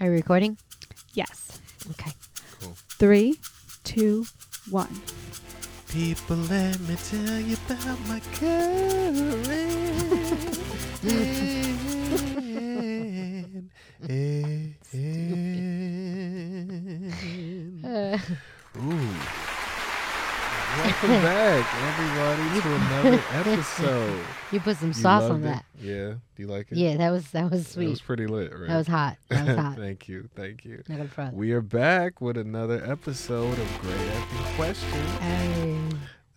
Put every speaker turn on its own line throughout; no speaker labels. Are we recording?
Yes.
Okay.
Three, two, one.
People, let me tell you about my current.
Uh,
Ooh. Welcome back, everybody, to another episode.
you put some
You
sauce on
loved it?
that.
Yeah. Do you like it?
Yeah, that was that was
That was
sweet.
pretty lit, right?
That was hot. That was hot.
thank you. Thank you.
Not gonna front.
We are back with another episode of Great Acting Question.
Hey.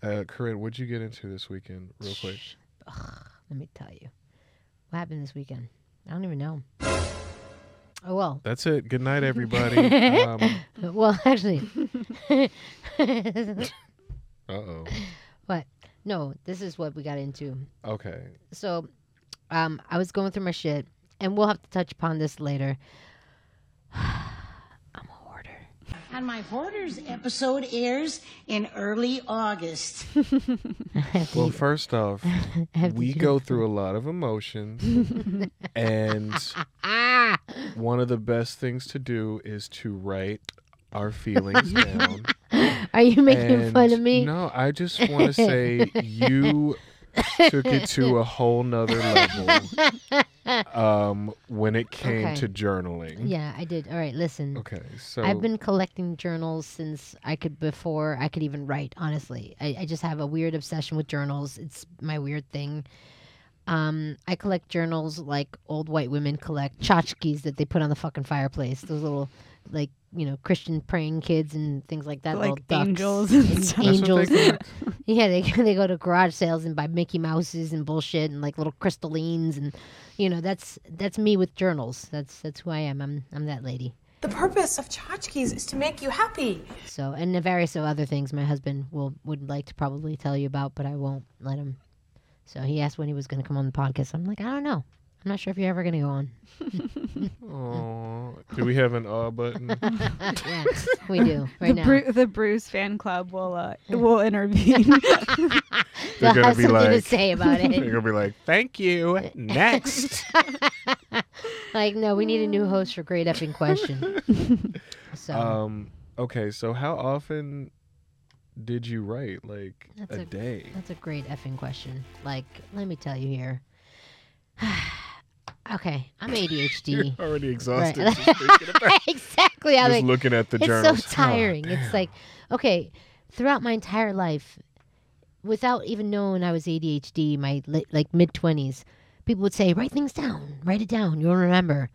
Uh, Corinne, what'd you get into this weekend, real quick?
Shh. Ugh, let me tell you, what happened this weekend? I don't even know. Oh well.
That's it. Good night, everybody. um,
Well, actually,
uh oh.
no. This is what we got into.
Okay.
So, um, I was going through my shit, and we'll have to touch upon this later. I'm a hoarder.
And my hoarders episode airs in early August.
Well, first off,
I have to
we
do-
go through a lot of emotions, and
Ah.
one of the best things to do is to write our feelings down.
Are you making
And
fun of me?
No, I just want to say you took it to a whole nother level um, when it came
Okay.
to journaling.
Yeah, I did. All right, listen.
Okay, so
I've been collecting journals since I could before I could even write. Honestly, I, I just have a weird obsession with journals. It's my weird thing. Um, I collect journals like old white women collect tchotchkes that they put on the fucking fireplace. Those little, like you know, Christian praying kids and things like that. little
Like
ducks.
angels and stuff.
That's what
angels.
they
and- yeah, they they go to garage sales and buy Mickey Mouses and bullshit and like little crystallines and you know that's that's me with journals. That's that's who I am. I'm I'm that lady.
The purpose of tchotchkes is to make you happy.
So and the various of other things my husband will would like to probably tell you about, but I won't let him. So he asked when he was going to come on the podcast. I'm like, I don't know. I'm not sure if you're ever going to go on.
Aw, do we have an awe button?
yeah, we do right
the,
now.
Bru- the Bruce fan club will uh, will intervene.
They'll
gonna
have
be
something to
like-
say about
You're
it.
gonna be like, "Thank you." Next.
like, no, we need a new host for Great Effing Question. So
um. Okay. So, how often did you write? Like
That's
a,
a-
day.
That's a great effing question. Like, let me tell you here. okay, I'm ADHD.
You're already
right.
exhausted. Just, thinking about,
exactly. I'm
just
like,
looking at the
it's
journals.
so tiring. it's like, okay, throughout my entire life, without even knowing I was ADHD, my li- like mid twenties, people would say, "Write things down. Write it down. You'll remember."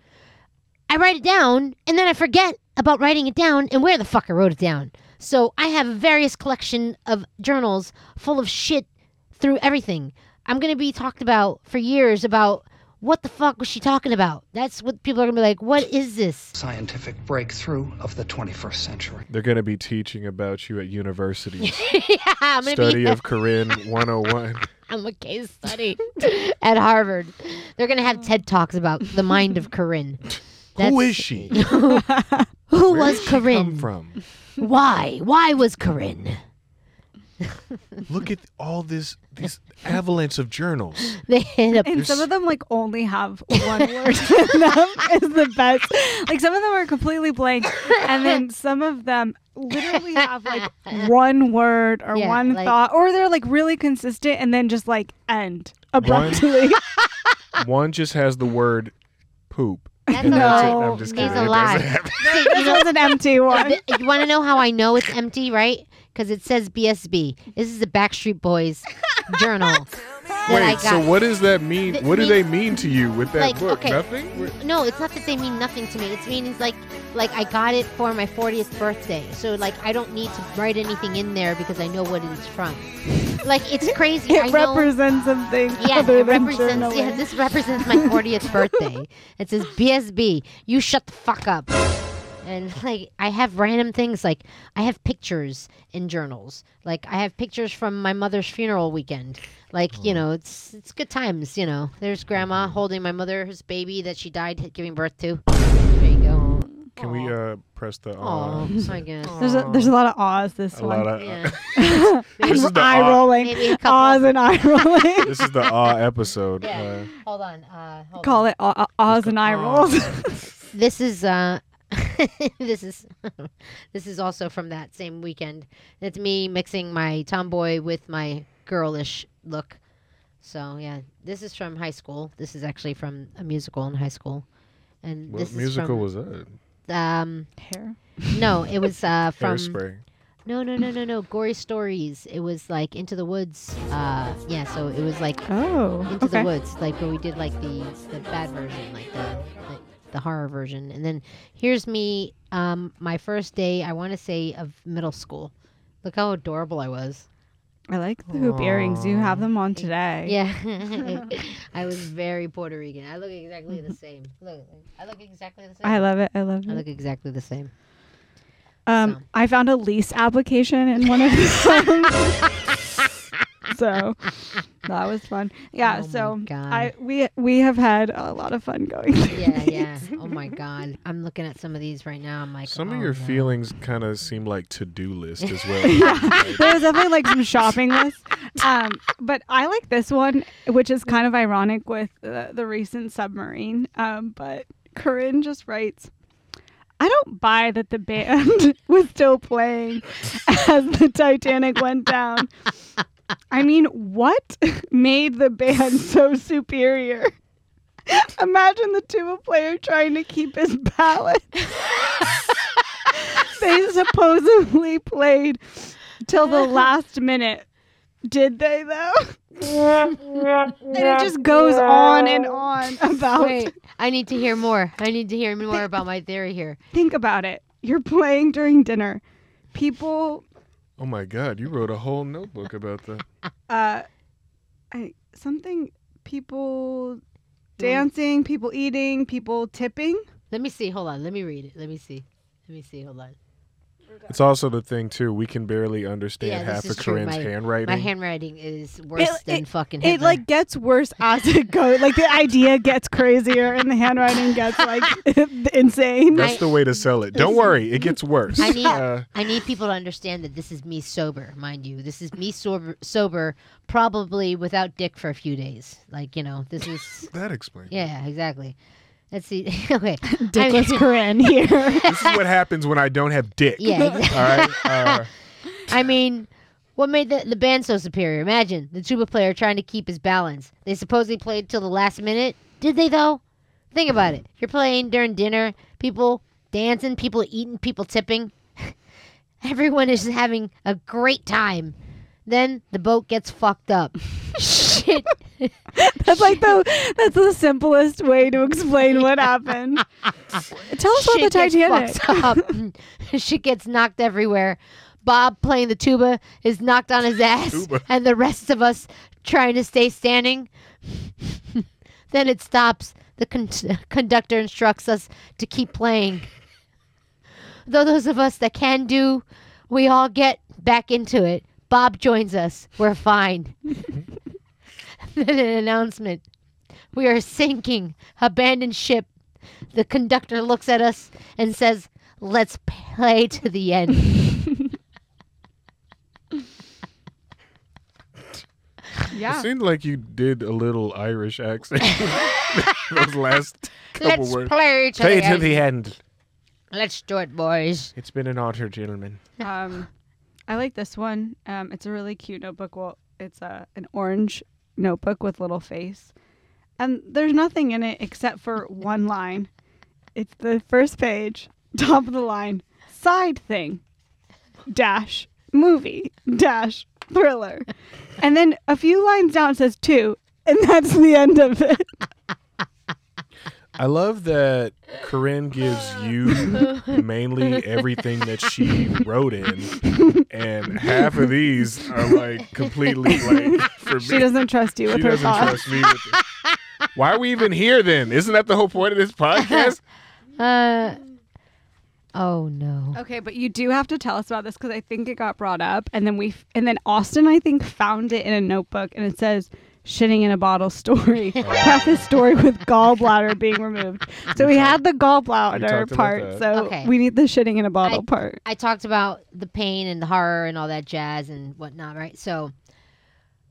I write it down, and then I forget about writing it down and where the fuck I wrote it down. So I have a various collection of journals full of shit through everything. I'm gonna be talked about for years about what the fuck was she talking about. That's what people are gonna be like. What is this?
scientific breakthrough of the 21st century.
They're gonna be teaching about you at universities.
yeah, I'm gonna be
Study of Corinne 101.
I'm a case study at Harvard. They're gonna have TED talks about the mind of Corinne.
Who
That's-
is she?
Who
Where
was
did she Come
Corinne?
from?
Why? Why was Corinne?
Look at all this this avalanche of journals.
They hit up.
and some of them like only have one word in them is the best. Like some of them are completely blank, and then some of them literally have like one word or
Yeah,
one
like-
thought, or they're like really consistent and then just like end abruptly.
One just has the word poop.
That's
and that's it.
no,
I'm just kidding.
he's
It doesn't
alive.
have-
See, you
this was an empty one.
Th- you want to know how I know it's empty, right? Because it says BSB. This is the Backstreet Boys journal that I got.
Wait, so what does that mean?
That
What do
means-
they mean to you with that
um, Like,
book?
okay.
Nothing? What-
no, it's not that they mean nothing to me. It's means like like I got it for my 40th birthday. So like I don't need to write anything in there because I know what it is from. Like it's crazy. I
It
know-
represents something
Yes,
other
it
than
represents. Yeah,
journaling.
this represents my 40th birthday. It says BSB. You shut the fuck up. And like, I have random things like I have pictures in journals. Like I have pictures from my mother's funeral weekend. Like you
Oh.
know, it's it's good times. You know, there's
Mm-hmm.
grandma holding my mother's baby that she died giving birth to. There you go.
Can we uh, press the
Oh,
on?
I guess.
There's a, there's a lot of awes this
A
one.
lot of,
Yeah.
this is
and
the ah.
eye
aw-
rolling.
Maybe a couple.
Awes and eye rolling.
this is the awe episode.
Yeah.
Uh,
Hold on. Uh, hold on.
ah.
Call it aw- aws and eye rolls.
this is uh this is this is also from that same weekend. It's me mixing my tomboy with my girlish look. So yeah, this is from high school. This is actually from a musical in high school. And
What
this
musical
is
was that?
from, um
Hair.
no, it was uh from
Hairspray.
No, no, no, no, no. Gory stories. It was like Into the Woods. Uh yeah, so it was like
Oh.
into the Woods, like where we did like the the bad version, like the the, the horror version. And then here's me, um, my first day, I want to say of middle school. Look how adorable I was.
I like the hoop earrings. You have them on today.
Yeah, I was very Puerto Rican. I look exactly the same. Look, I look exactly the same.
I love it. I love
I
it.
look exactly the same.
Um,
So.
I found a lease application in one of the songs. so that was fun. Yeah.
Oh my
so
God.
I we we have had a lot of fun going. through
Yeah,
these.
yeah. Oh my God, I'm looking at some of these right now. I'm like,
Some of
oh,
your
no.
feelings kind of seem like to-do list as well.
there was definitely like some shopping list. Um, but I like this one, which is kind of ironic with the, the recent submarine. Um, but Corinne just writes. I don't buy that the band was still playing as the Titanic went down. I mean, what made the band so superior? Imagine the tuba player trying to keep his balance. they supposedly played till the last minute. Did they though? and it just goes on and on about.
Wait, I need to hear more. I need to hear more about my theory here.
Think about it. You're playing during dinner. People,
oh my God, you wrote a whole notebook about that.
uh, I, something, people dancing, people eating, people tipping.
Let me see. Hold on. Let me read it. Let me see. Let me see. Hold on.
It's also the thing too. We can barely understand
Yeah,
half
this
of
is true.
Corinne's
My-
handwriting.
My handwriting is worse
It-
than
it-
fucking
It
Hitler.
like gets worse as it goes. Like the idea gets crazier and the handwriting gets like insane.
That's
I-
the way to sell it. Don't worry, it gets worse.
I need
Uh,
I need people to understand that this is me sober, mind you. This is me sober sober, probably without dick for a few days. Like, you know, this is
that explains. it.
yeah, exactly. Let's see. okay.
Dickless
I,
Corinne here.
This is what happens when I don't have dick.
Yeah,
All right. Uh,
I mean, what made the, the band so superior? Imagine the tuba player trying to keep his balance. They supposedly played till the last minute. Did they though? Think about it. You're playing during dinner, people dancing, people eating, people tipping. Everyone is having a great time. Then the boat gets fucked up. Shit.
That's like the that's the simplest way to explain what happened. Tell us about the
Shit gets
Titanic.
fucked up. Shit gets knocked everywhere. Bob playing the tuba is knocked on his ass,
Tuba.
and the rest of us trying to stay standing. then it stops. The con- conductor instructs us to keep playing. Though those of us that can do, we all get back into it. Bob joins us. We're fine. then an announcement. We are sinking. Abandoned ship. The conductor looks at us and says, Let's play to the end.
Ah.
It seemed like you did a little Irish accent. Those last couple
Let's
words.
play to the end.
end.
Let's do it, boys.
It's been an honor, gentlemen.
Um, I like this one. Um, it's a really cute notebook. Well, it's a an orange notebook with little face, and there's nothing in it except for one line. It's the first page, top of the line, side thing, dash movie dash thriller, and then a few lines down it says two, and that's the end of it.
I love that Corinne gives you mainly everything that she wrote in, and half of these are like completely like for me.
She doesn't trust you with
She
her
doesn't
thoughts.
trust me. With it. Why are we even here then? Isn't that the whole point of this podcast?
Uh, oh, no.
Okay, but you do have to tell us about this because I think it got brought up, and then we f- and then Austin I think found it in a notebook, and it says "shitting in a bottle" story. Preface story with gallbladder being removed. So we had the
we talked
gallbladder
about
part,
that.
so
Okay.
we need the shitting in a bottle part.
I talked about the pain and the horror and all that jazz and whatnot, right? So,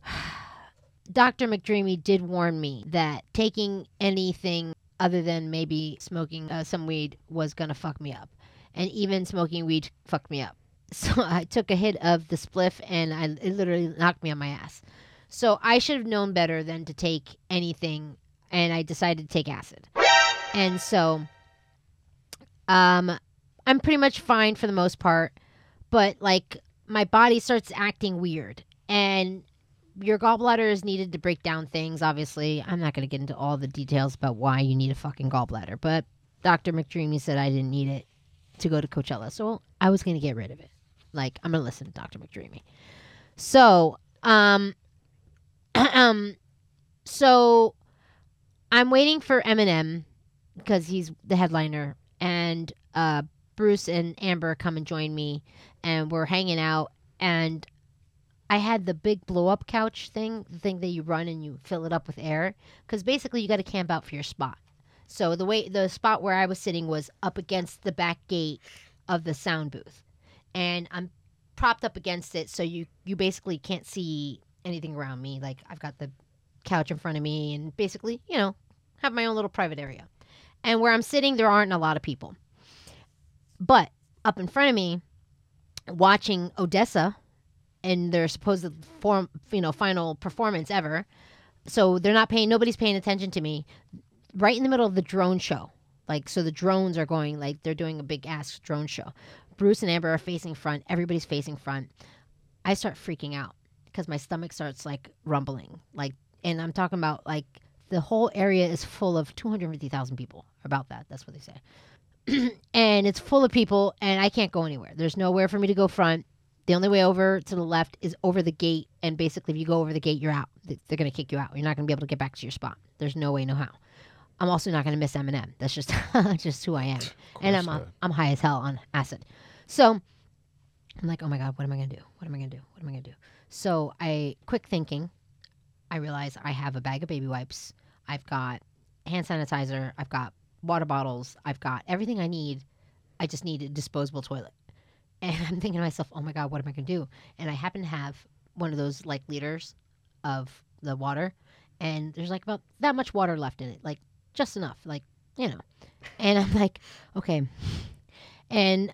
Dr. McDreamy did warn me that taking anything other than maybe smoking uh, some weed was going to fuck me up. And even smoking weed fucked me up. So I took a hit of the spliff and I, it literally knocked me on my ass. So I should have known better than to take anything. And I decided to take acid. And so um, I'm pretty much fine for the most part. But like my body starts acting weird. And your gallbladder is needed to break down things, obviously. I'm not going to get into all the details about why you need a fucking gallbladder, but Dr. McDreamy said I didn't need it to go to Coachella. So I was going to get rid of it. Like, I'm going to listen to Dr. McDreamy. So, um, um, so I'm waiting for Eminem because he's the headliner, and uh, Bruce and Amber come and join me, and we're hanging out. And I had the big blow up couch thing, the thing that you run and you fill it up with air, because basically you got to camp out for your spot. So the way the spot where I was sitting was up against the back gate of the sound booth, and I'm propped up against it, so you you basically can't see anything around me. Like I've got the couch in front of me, and basically you know have my own little private area. And where I'm sitting, there aren't a lot of people, but up in front of me, watching Odessa in their supposed form, you know, final performance ever. So they're not paying. Nobody's paying attention to me. Right in the middle of the drone show, like so, the drones are going like they're doing a big ass drone show. Bruce and Amber are facing front. Everybody's facing front. I start freaking out because my stomach starts like rumbling, like, and I'm talking about like the whole area is full of 250,000 people. About that, that's what they say and it's full of people and I can't go anywhere. There's nowhere for me to go front. The only way over to the left is over the gate and basically if you go over the gate you're out. They- They're going to kick you out. You're not going to be able to get back to your spot. There's no way no how. I'm also not going to miss Eminem. That's just just who I am. And I'm uh,
not.
I'm high as hell on acid. So I'm like, "Oh my god, what am I going to do? What am I going to do? What am I going to do?" So I quick thinking, I realize I have a bag of baby wipes. I've got hand sanitizer. I've got water bottles. I've got everything I need. I just need a disposable toilet. And I'm thinking to myself, oh my God, what am I going to do? And I happen to have one of those like liters of the water. And there's like about that much water left in it, like just enough, like, you know. And I'm like, okay. And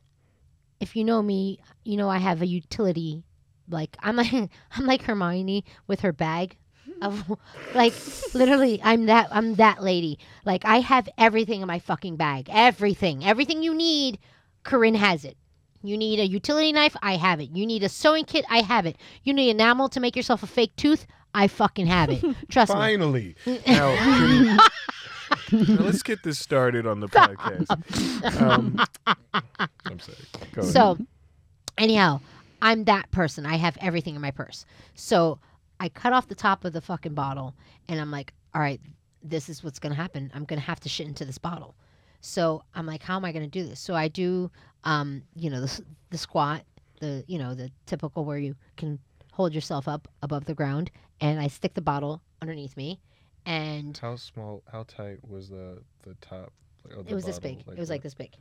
if you know me, you know I have a utility. Like I'm like I'm like Hermione with her bag of like literally I'm that I'm that lady. Like I have everything in my fucking bag. Everything. Everything you need, Corinne has it. You need a utility knife, I have it. You need a sewing kit, I have it. You need enamel to make yourself a fake tooth, I fucking have it. Trust me.
Finally. Now, can- now, let's get this started on the podcast. Um, I'm sorry. Go ahead.
So, anyhow, I'm that person. I have everything in my purse. So I cut off the top of the fucking bottle, and I'm like, all right, this is what's gonna happen. I'm gonna have to shit into this bottle. So I'm like, how am I gonna do this? So I do, um, you know, the s- the squat, the you know, the typical where you can hold yourself up above the ground, and I stick the bottle underneath me, and
How small? How tight was the the top? Like, of the
it was this
bottle?
big. it was like this big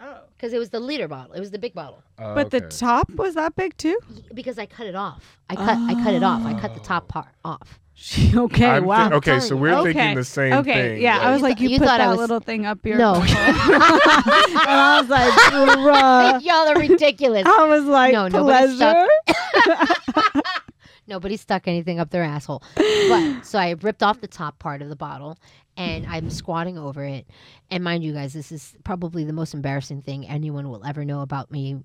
Oh.
because it was the liter bottle. It was the big bottle.
Oh,
But the
okay.
top was that big too?
because I cut it off. I cut I cut it off. I cut the top part off.
She, okay,
I'm thi-
wow.
okay,
telling
so
you.
we're
okay.
thinking the same
okay.
thing.
Yeah, I was
You
like,
thought-
you,
you
put
thought I
that
was-
little thing up your.
No.
and I was like, bruh.
Y'all are ridiculous.
I was like,
No, nobody stuck-
pleasure.
Nobody stuck anything up their asshole. But so I ripped off the top part of the bottle and I'm squatting over it. And mind you guys, this is probably the most embarrassing thing anyone will ever know about me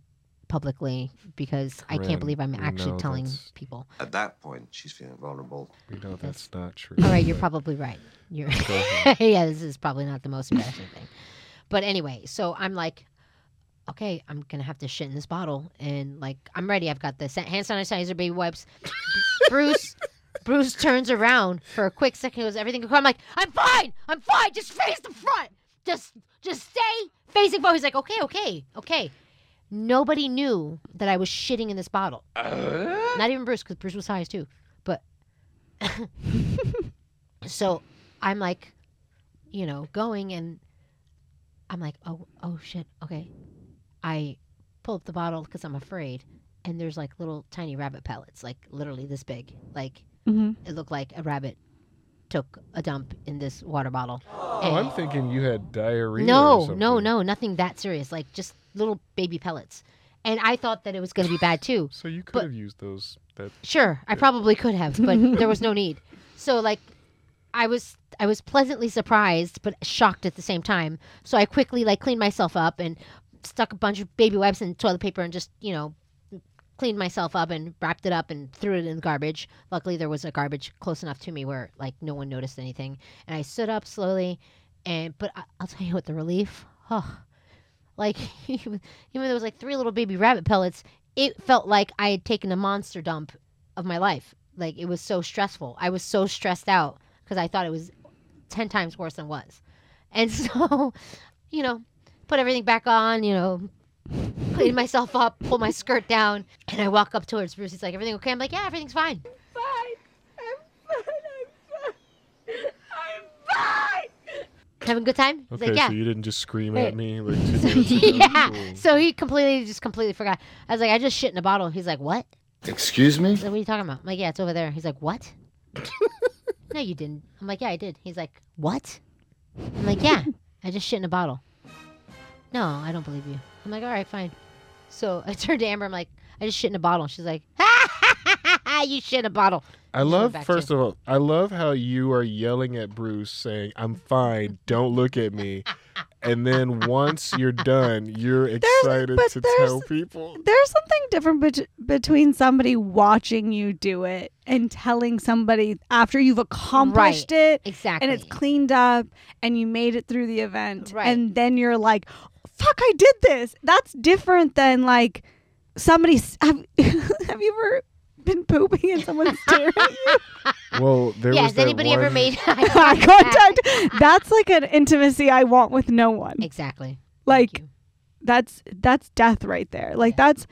publicly because I
Corinne,
can't believe I'm
we
actually
know
telling
that's-
people.
At that point, she's feeling vulnerable.
We know that's not true.
All right, you're
but
probably right. You're
go ahead.
yeah, this is probably not the most embarrassing thing. But anyway, so I'm like, okay, I'm gonna have to shit in this bottle, and like I'm ready. I've got the sa- hand sanitizer, baby wipes. Bruce, Bruce turns around for a quick second. Goes everything okay? I'm like, I'm fine. I'm fine. Just face the front. Just, just stay facing forward. He's like, okay, okay, okay. Nobody knew that I was shitting in this bottle.
Uh?
Not even Bruce, because Bruce was high as too. But so I'm like, you know, going and I'm like, oh, oh shit, okay. I pull up the bottle because I'm afraid, and there's like little tiny rabbit pellets, like literally this big, like
Mhm.
it looked like a rabbit took a dump in this water bottle.
Oh, I'm thinking you had diarrhea. or
No, no,
something.
no, nothing that serious. Like just little baby pellets. And I thought that it was going to be bad too.
So you could
But-
have used those. That
Sure, I probably could have, but there was no need. So like I was I was pleasantly surprised but shocked at the same time. So I quickly like cleaned myself up and stuck a bunch of baby wipes and toilet paper and just, you know, cleaned myself up and wrapped it up and threw it in the garbage. Luckily there was a garbage close enough to me where like no one noticed anything. And I stood up slowly and but I, I'll tell you what the relief. Oh, like even though there was like three little baby rabbit pellets, it felt like I had taken a monster dump of my life. Like it was so stressful. I was so stressed out because I thought it was ten times worse than it was, and so you know, put everything back on. You know, clean myself up, pull my skirt down, and I walk up towards Bruce. He's like, "Everything okay?" I'm like, "Yeah, everything's fine." Having a good time? He's
okay,
like, yeah.
so you didn't just scream
Wait.
at me like two minutes ago.
yeah. So he completely just completely forgot. I was like, I just shit in a bottle. He's like, what?
Excuse me?
He's like, what are you talking about? I'm like, yeah, it's over there. He's like, what? no, you didn't. I'm like, yeah, I did. He's like, what? I'm like, yeah, I just shit in a bottle. No, I don't believe you. I'm like, all right, fine. So I turned to Amber. I'm like, I just shit in a bottle. She's like, you shit in a bottle.
I
Just went
love
back to-
first of all, I love how you are yelling at Bruce saying, "I'm fine, don't look at me." And then once you're done, you're excited
but
to
there's-
tell people.
There's something different bet- between somebody watching you do it and telling somebody after you've accomplished it
Exactly.
and it's cleaned up and you made it through the event
Right.
and then you're like fuck i did this that's different than like somebody s- have, have you ever been pooping and someone staring at you
Well, there
Ah, Yeah,
was
has anybody ever made eye
eye
contact?
contact that's like an intimacy i want with no one
Exactly.
like
you.
that's that's death right there like that's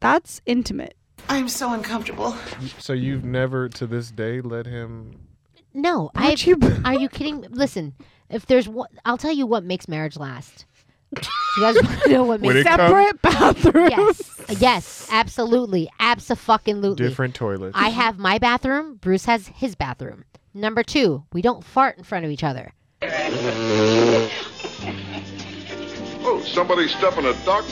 that's intimate
I'm so uncomfortable.
So you've never to this day let him
No, I.
Aren't you-
Are you kidding? Listen, if there's one, I'll tell you what makes marriage last. You guys want to know what
When
makes
it comes-
separate bathrooms
yes, yes, absolutely, absolutely.
different toilets?
I have my bathroom. Bruce has his bathroom. Number two, we don't fart in front of each other.
Oh, somebody stuffing a duck?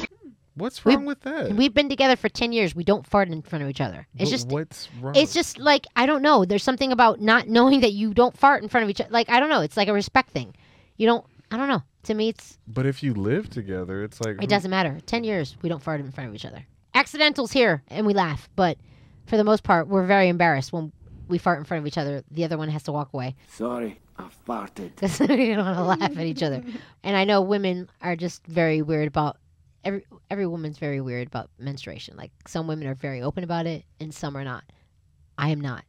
What's
we-
wrong with that?
And we've been together for ten years. We don't fart in front of each other. It's
But
just.
what's wrong?
It's just like I don't know. There's something about not knowing that you don't fart in front of each other. Like I don't know. It's like a respect thing. You don't. I don't know. To me, it's
But if you live together, it's like who-
It
hmm,
doesn't matter. Ten years, we don't fart in front of each other. Accidentals here, and we laugh, but for the most part, we're very embarrassed when we fart in front of each other. The other one has to walk away
Sorry, I farted.
because we don't want to laugh at each other. And I know women are just very weird about every every woman's very weird about menstruation. Like some women are very open about it, and some are not. I am not.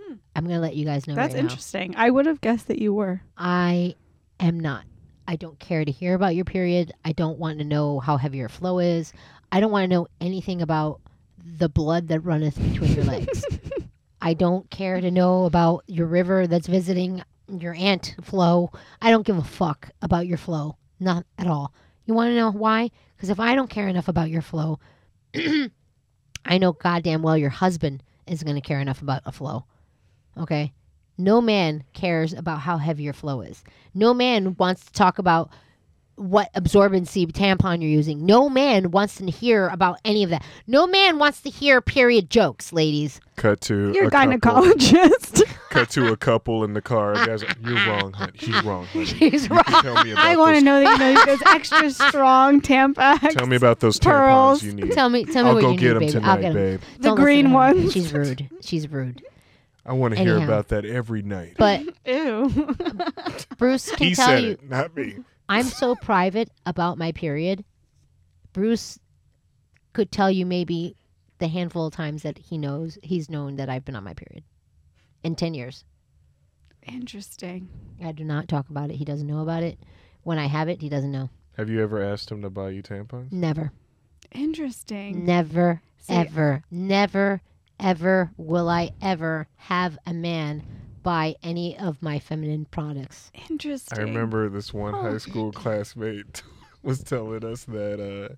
Hmm.
I'm gonna let you guys know.
that's
right now.
interesting i would have guessed that you were
I am not. I don't care to hear about your period. I don't want to know how heavy your flow is. I don't want to know anything about the blood that runneth between your legs. I don't care to know about your river that's visiting your aunt flow. I don't give a fuck about your flow. Not at all. You want to know why? Because if I don't care enough about your flow, I know goddamn well your husband is going to care enough about a flow. Okay? No man cares about how heavy your flow is. No man wants to talk about what absorbency tampon you're using. No man wants to hear about any of that. No man wants to hear period jokes, ladies.
Cut to
you're
a
a
couple.
gynecologist
Cut to a couple in the car. The guys are, You're wrong, honey. She's wrong, honey.
He's
You Tell me about
I want
those-
to know that you know those extra strong Tampax.
Tell me about those
pearls.
tampons you need.
Tell me, tell me
I'll
what
go
you
get
need,
'em
baby.
tonight,
I'll get 'em.
babe.
Don't
The
listen to
green
her.
ones.
She's rude. She's rude.
I want to hear
Anyhow.
about that every night.
But
Ew.
Bruce can
he
tell
said
you.
it, not me.
I'm so private about my period. Bruce could tell you maybe the handful of times that he knows he's known that I've been on my period in 10 years.
Interesting.
I do not talk about it. He doesn't know about it. When I have it, he doesn't know.
Have you ever asked him to buy you tampons?
Never.
Interesting.
Never,
See-
ever, never, ever will I ever have a man buy any of my feminine products.
Interesting.
I remember this
Oh,
one high school classmate was telling us that uh,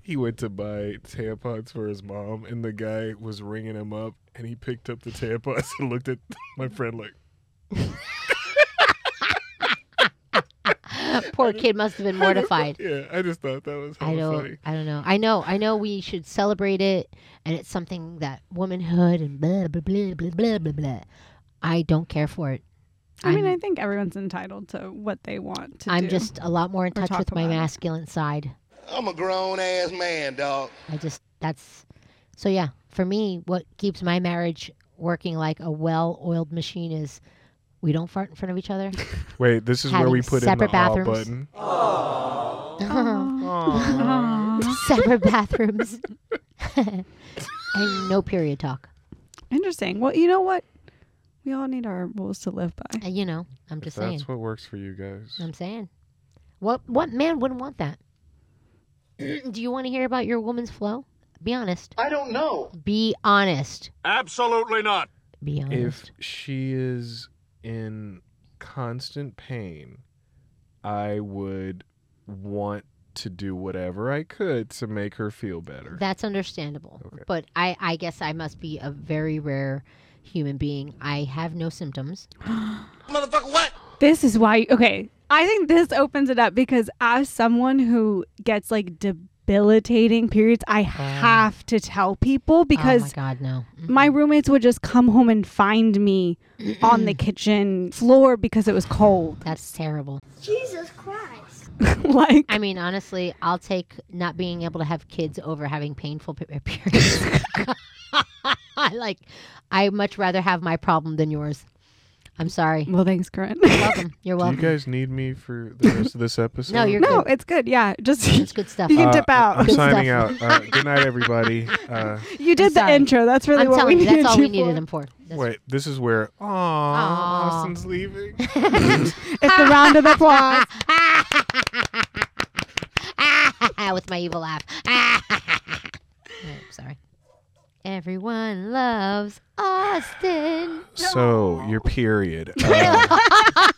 he went to buy tampons for his mom, and the guy was ringing him up, and he picked up the tampons and looked at my friend like,
Poor kid must have been mortified.
Yeah, I just thought that was
I
hella
don't.
funny.
I don't know. I know. I know. We should celebrate it, and it's something that womanhood and blah blah blah blah blah blah. blah. I don't care for it.
I mean,
I'm-
I think everyone's entitled to what they want to
I'm
do.
just a lot more in touch
talk
with my
about it.
masculine side.
I'm a grown ass man, dog.
I just that's so yeah. For me, what keeps my marriage working like a well-oiled machine is we don't fart in front of each other.
Wait, this is where we
having
put in the
separate
aw
bathrooms.
button.
Separate bathrooms. and no period talk.
Interesting. Well, you know what? We all need our rules to live by.
Uh, You know, I'm just saying.
That's what works for you guys.
I'm saying. What what man wouldn't want that? Do you want to hear about your woman's flow? Be honest. I don't know. Be honest.
Absolutely not.
Be honest.
If she is in constant pain, I would want to do whatever I could to make her feel better.
That's understandable. But I, I guess I must be a very rare human being. I have no symptoms. Oh,
Motherfucker, what?
This is why. Okay, I think this opens it up because as someone who gets like debilitating periods, I have to tell people
Because oh my
because
God, no. Mm.
my roommates would just come home and find me on the kitchen floor because it was cold.
That's terrible.
like
I mean, honestly, I'll take not being able to have kids over having painful pe- periods. I like, I much rather have my problem than yours. I'm sorry.
well, thanks, Corinne.
Welcome. You're
do you
welcome.
guys need me for the rest of this episode?
No, you're
no,
good.
it's good. Yeah, just
It's good stuff.
You can
Uh,
dip out.
I'm
Good
signing
stuff.
out. Uh, good night, everybody. Uh,
you did the
sorry.
intro. That's really
I'm
what we
telling you,
needed
that's all we
for.
needed them for. That's
wait, this is where. Aw, Austin's leaving.
It's the round of applause.
Ah, with my evil laugh. Ah. Oh, sorry. Everyone loves Austin.
So your period. Uh,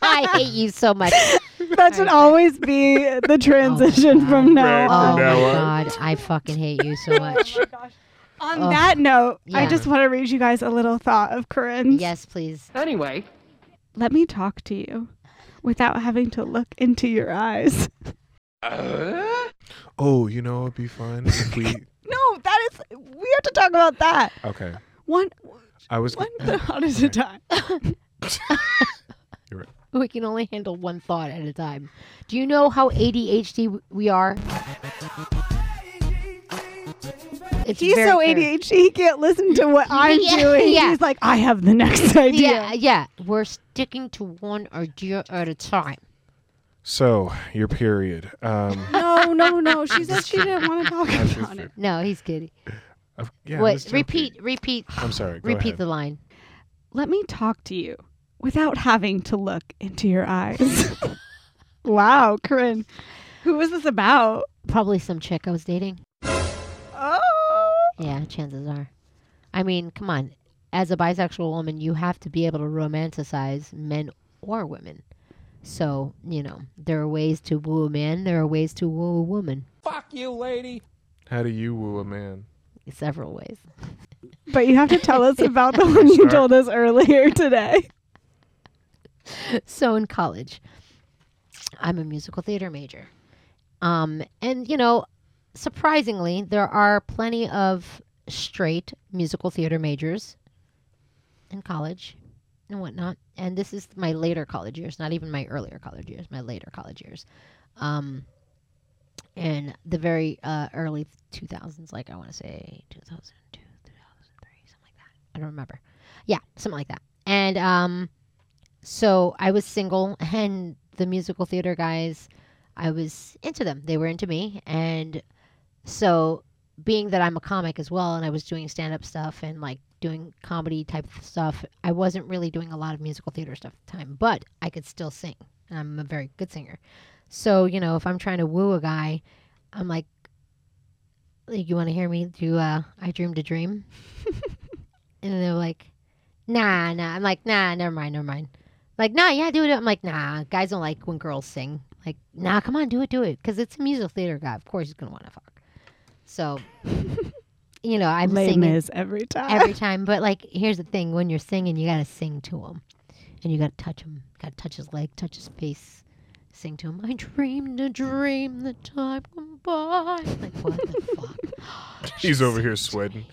I hate you so much.
That should always be the transition from now
Oh
on.
my
now on.
god, I fucking hate you so much.
Oh
Oh,
On that note, I
Yeah.
just want to read you guys a little thought of Corinne's.
Yes, please.
Let me talk to you without having to look into your eyes.
oh, you know it'd be fun if we.
No, that is. We have to talk about that.
Okay,
One,
I was.
one thought at a time.
You're right.
We can only handle one thought at a time. Do you know how ADHD w- we are? It's
He's
very
so
clear.
ADHD, he can't listen to what I'm
Yeah,
doing.
yeah.
He's like, I have the next idea.
Yeah, yeah. We're sticking to one idea at a time.
So your period. Um,
No, no, no. She said she didn't want to talk about it.
No, he's kidding.
uh, yeah,
what?
Miss Tempe.
Repeat, repeat,
I'm sorry. Go
repeat
ahead.
the line.
Let me talk to you without having to look into your eyes. wow, Corinne. Who was this about?
Probably some chick I was dating.
Oh.
Yeah, chances are. I mean, come on. As a bisexual woman, you have to be able to romanticize men or women. So, you know, there are ways to woo a man, there are ways to woo a woman.
How do you woo a man?
Several ways.
But you have to tell us about the one you told us earlier today.
so in college i'm a musical theater major um, and you know surprisingly there are plenty of straight musical theater majors in college and whatnot and this is my later college years not even my earlier college years my later college years um, in the very uh, early 2000s like i want to say 2002 2003 something like that i don't remember yeah something like that and um, so I was single, and the musical theater guys, I was into them. They were into me, and so being that I'm a comic as well, and I was doing stand up stuff and like doing comedy type stuff, I wasn't really doing a lot of musical theater stuff at the time, but I could still sing, and I'm a very good singer. So you know, if I'm trying to woo a guy, I'm like, like you want to hear me do uh, "I Dreamed a Dream," and they're like, "Nah, nah." I'm like, "Nah, never mind, never mind." Like, nah, yeah, do it. I'm like, nah, guys don't like when girls sing. Like, nah, come on, do it, do it. Because it's a musical theater guy. Of course he's going to want to fuck. So, you know, I'm
Lame
singing
is every time.
every time. But, like, here's the thing when you're singing, you got to sing to them. and you gotta touch him. Gotta touch his leg, touch his face. Sing to him, I dreamed a dream the time gone by. Like, what the fuck?
He's over here sweating.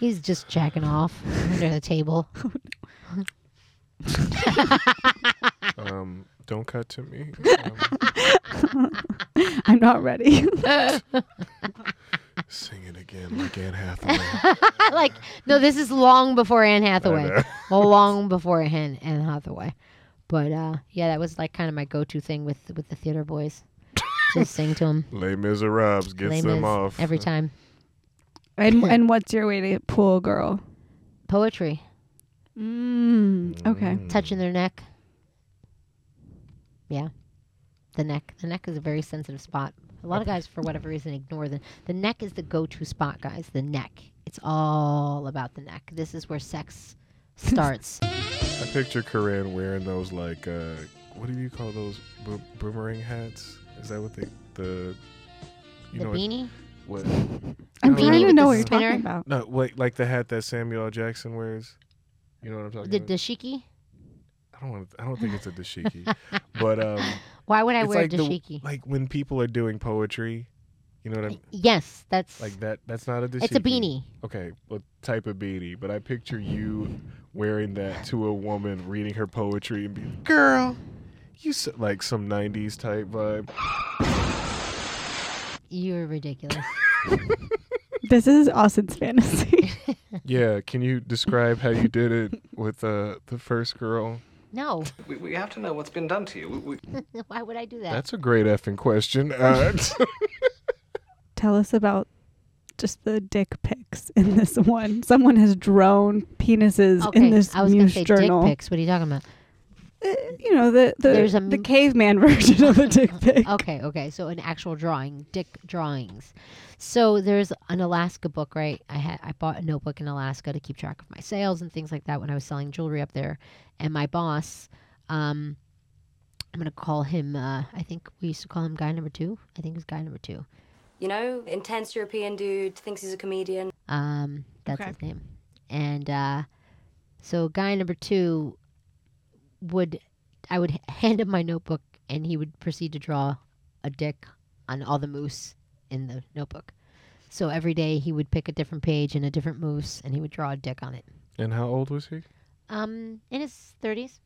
He's just jacking off under the table.
Um, don't cut to me. Um,
I'm not ready.
sing it again like Anne Hathaway.
like, no, this is long before Anne Hathaway.
know.
long before Anne, Anne Hathaway. But uh, yeah, that was like kind of my go-to thing with with the theater boys. Just sing to them.
Les Miserables gets them off.
every time.
and and what's your way to pool girl?
Poetry,
Mm, okay.
touching their neck. Yeah, the neck. The neck is a very sensitive spot. A lot of guys, for whatever reason, ignore the the neck is the go-to spot, guys. The neck. It's all about the neck. This is where sex starts.
I picture Corinne wearing those like uh, what do you call those bo- boomerang hats? Is that what they the you
the
know
beanie.
what?
I'm
No,
Beanie
trying to
with
know
the
what you're
spinner.
talking about.
No, wait, like the hat that Samuel L. Jackson wears. You know what I'm talking
The
about?
dashiki.
I don't want. I don't think it's a dashiki, but um,
Why would I
it's
wear
like the-
dashiki?
like when people are doing poetry, you know what I mean?
yes, that's
Like that. That's not a dashiki.
it's a beanie.
Okay, what type of beanie? But I picture you wearing that to a woman reading her poetry and being, "Girl, you so, like some '90s type vibe."
You're ridiculous.
This is Austin's fantasy.
Yeah, can you describe how you did it with uh, the first girl?
no,
We, we have to know what's been done to you. We, we,
why would I do that?
That's a great effing question. Uh,
Tell us about just the dick pics in this one. Someone has drawn penises
okay,
in this
I was
news
gonna say
journal.
dick pics. What are you talking about?
Uh, you know the the,
There's a
the
m- Oh.
caveman version of a dick pic.
Okay, okay. So an actual drawing, dick drawings. So there's an Alaska book, right? I had I bought a notebook in Alaska to keep track of my sales and things like that when I was selling jewelry up there. And my boss, um, I'm gonna call him. Uh, I think we used to call him guy number two. I think it was guy number two.
You know, intense European dude thinks he's a comedian.
Um, that's his name. And uh, so guy number two would, I would h- hand him my notebook, and he would proceed to draw a dick on all the moose in the notebook. So every day he would pick a different page and a different moose, and he would draw a dick on it.
and how old was he?
Um, in his thirties,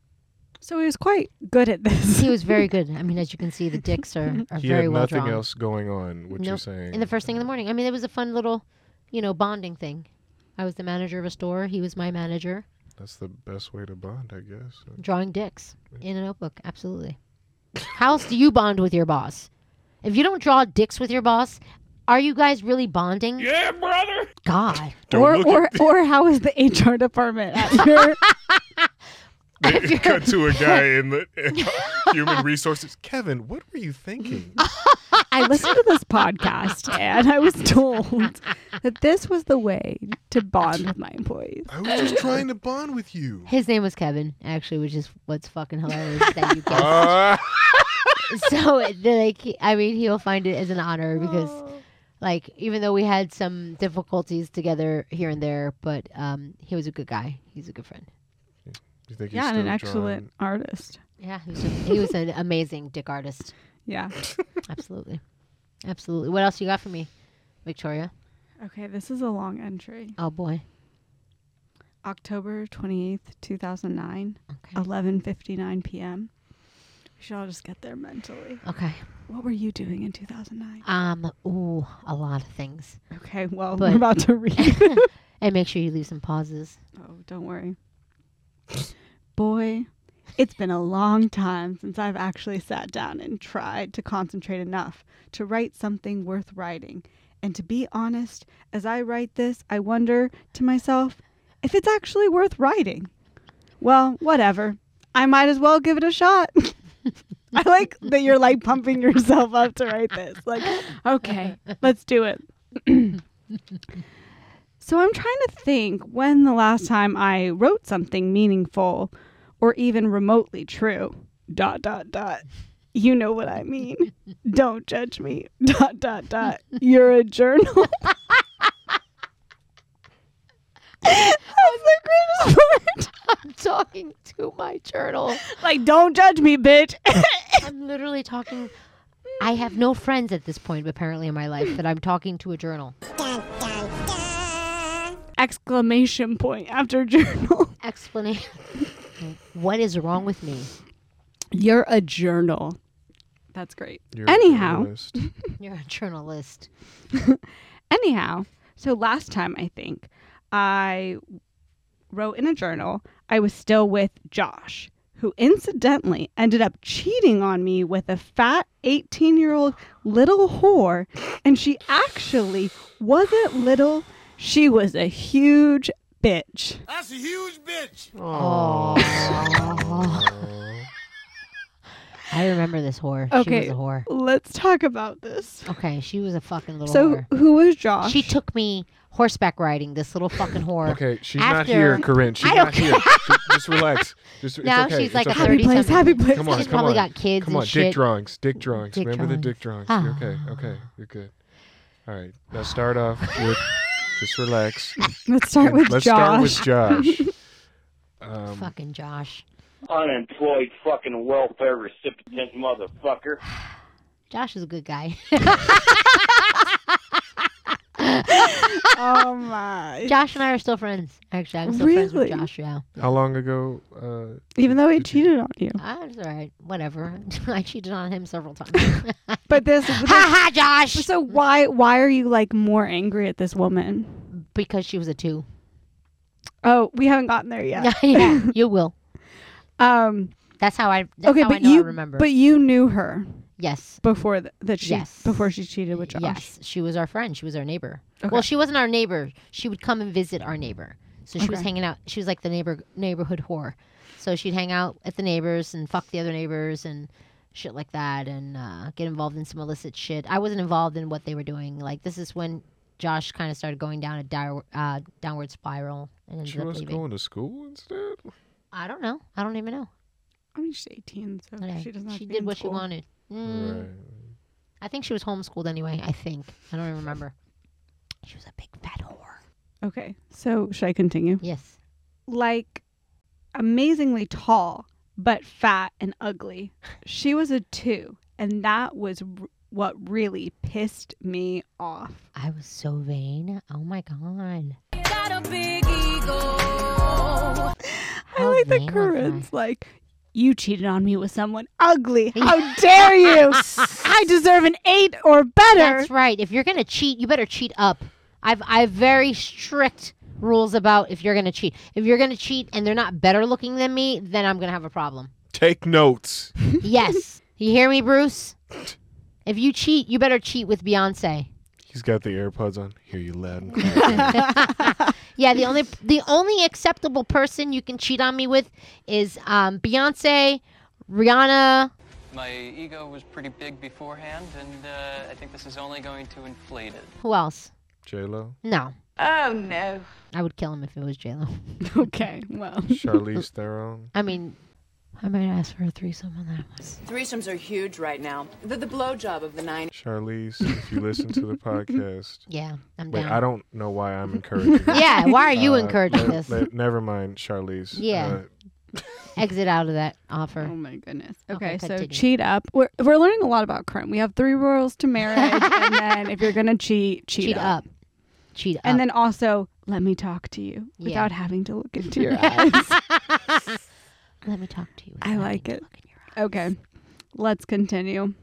So he was quite good at this.
he was very good. I mean, as you can see, the dicks are, are
He
very
had
well
nothing
drawn.
else going on. What you're
Nope.
saying?
And the first thing in the morning. I mean, it was a fun little, you know, bonding thing. I was the manager of a store. He was my manager.
That's the best way to bond, I guess.
drawing dicks in a notebook. Absolutely. How else do you bond with your boss? If you don't draw dicks with your boss, are you guys really bonding?
Yeah, brother.
God.
or or or how is the HR department at your
Cut to a guy in the human resources. Kevin, what were you thinking?
I listened to this podcast and I was told that this was the way to bond with my employees.
I was just trying to bond with you.
His name was Kevin, actually, which is what's fucking hilarious that you guys. so like he- I mean he'll find it as an honor because
Oh.
like even though we had some difficulties together here and there, but um he was a good guy. He's a good friend.
you think
Yeah, and an excellent artist.
Yeah, he was, a, he was an amazing dick artist.
Yeah.
Absolutely. Absolutely. What else you got for me, Victoria?
Okay, this is a long entry.
Oh boy.
October 28th, 2009,
Okay.
11:59 p.m. We should all just get there mentally.
Okay.
What were you doing in 2009?
Um. Ooh, a lot of things.
Okay, well,
But-
we're about to read.
And make sure you leave some pauses.
Oh, don't worry. Boy, it's been a long time since I've actually sat down and tried to concentrate enough to write something worth writing. And to be honest, as I write this, I wonder to myself if it's actually worth writing. Well, whatever. I might as well give it a shot. I like that you're like pumping yourself up to write this. Like, okay, let's do it. So I'm trying to think when the last time I wrote something meaningful or even remotely true. Dot dot dot. You know what I mean. Don't judge me. Dot dot dot. You're a journal. That's the greatest part.
I'm sorry. talking to my journal.
Like, don't judge me, bitch.
I'm literally talking. I have no friends at this point, apparently, in my life that I'm talking to a journal.
Exclamation point after journal.
Explanation. what is wrong with me?
You're a journal. That's great.
You're a
Anyhow,
journalist.
You're a journalist.
anyhow, so last time I think I wrote in a journal, I was still with Josh, who incidentally ended up cheating on me with a fat 18 year old little whore. And she actually wasn't little, she was a huge bitch.
That's a huge bitch.
I remember this whore.
Okay.
She was a whore.
Let's talk about this.
Okay, she was a fucking little
So,
whore.
who was Josh?
She took me horseback riding, this little fucking whore.
Okay, she's not
After-
here, Corinne. She's
I don't
not here. Just- Just relax. Just it's
Now
okay.
she's
It's
like a
okay.
happy
30
place,
something.
happy place.
Come on,
She's
come
probably
on.
got kids
Come
and
on,
shit.
dick drawings, dick drawings.
Dick drawings. Ah.
Remember the dick drawings. You're okay, okay, you're good. All right, let's start off with just relax.
Let's start
And
with
let's start
Josh.
with Josh. Um,
Fucking Josh.
Unemployed fucking welfare recipient motherfucker.
Josh is a good guy.
oh my.
Josh and I are still friends. Actually, I'm still friends with
Really?
Josh. Yeah,
how long ago? Uh,
Even though he cheated on you.
Ah, it's all right. Whatever. I cheated on him several times. ha
But this,
ha, Josh.
so why why are you like more angry at this woman?
Because she was a two.
Oh, we haven't gotten there yet.
yeah, you will.
Um
That's how I. That's
okay,
how
but
I know
you
I remember.
but you knew her
yes,
before th- that she
Yes.
before she cheated with Josh.
yes, she was our friend. She was our neighbor.
Okay.
Well, she wasn't our neighbor. She would come and visit our neighbor. So she was
Okay.
hanging out. She was like the neighbor neighborhood whore. So she'd hang out at the neighbors and fuck the other neighbors and shit like that and uh, get involved in some illicit shit. I wasn't involved in what they were doing. Like this is when Josh kind of started going down a dire, uh, downward spiral and ended
she
up
was
leaving.
going to school instead.
I don't know. I don't even know.
I mean she's 18 so
Okay.
she doesn't have
she
to be
did
in
what
school.
she wanted. Mm.
Right.
I think she was homeschooled anyway. I think. I don't even remember. She was a big fat whore.
Okay. So, should I continue?
Yes.
Like amazingly tall but fat and ugly. She was a 2 and that was r- what really pissed me off.
I was so vain. Oh my god.
I
How
like
vain
the
was I?
currents. Like, you cheated on me with someone ugly. How dare you? I deserve an eight or better.
That's right. If you're gonna cheat, you better cheat up. I've I've very strict rules about if you're gonna cheat. If you're gonna cheat and they're not better looking than me, then I'm gonna have a problem.
Take notes.
yes. You hear me, Bruce? If you cheat, you better cheat with Beyonce.
He's got the AirPods on. Hear you loud and clear.
Yeah, the only the only acceptable person you can cheat on me with is um, Beyonce, Rihanna.
My ego was pretty big beforehand, and uh, I think this is only going to inflate it.
Who else?
J Lo,
No,
Oh no.
I would kill him if it was J Lo.
okay, well.
Charlize Theron.
I mean, I might ask for a threesome on that one.
Threesomes are huge right now. They're the blowjob of the nine.
Charlize, if you listen to the podcast,
Yeah, I'm
Wait,
down.
I don't know why I'm encouraging. this.
Yeah, why are you
Uh,
encouraging
ne-
this?
ne- never mind, Charlize.
Yeah.
Uh,
Exit out of that offer.
Oh my goodness. Okay,
Okay,
so
continue.
cheat up. We're, we're learning a lot about current. We have three rules to marriage. and then if you're going to cheat, cheat,
cheat
up.
up. Cheat up.
And then also, let me talk to you
Yeah.
without having to look into your eyes.
let me talk to you.
I like it.
Look in your eye.
Okay, let's continue.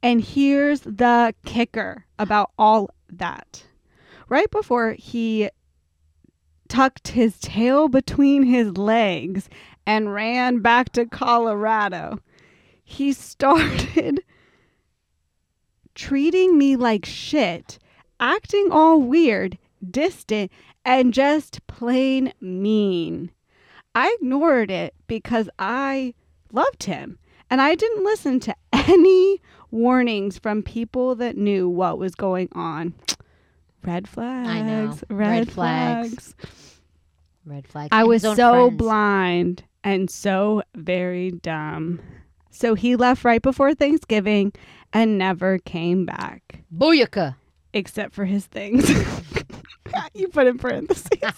And here's the kicker about all that. Right before he tucked his tail between his legs and ran back to Colorado, he started treating me like shit, acting all weird, distant, and just plain mean. I ignored it because I loved him and I didn't listen to any warnings from people that knew what was going on. Red flags.
know.
Red,
Red flags.
flags.
Red flag.
I
And
was
his
so
own friends.
blind and so very dumb. So he left right before Thanksgiving and never came back,
Booyaka.
except for his things. you put in parentheses.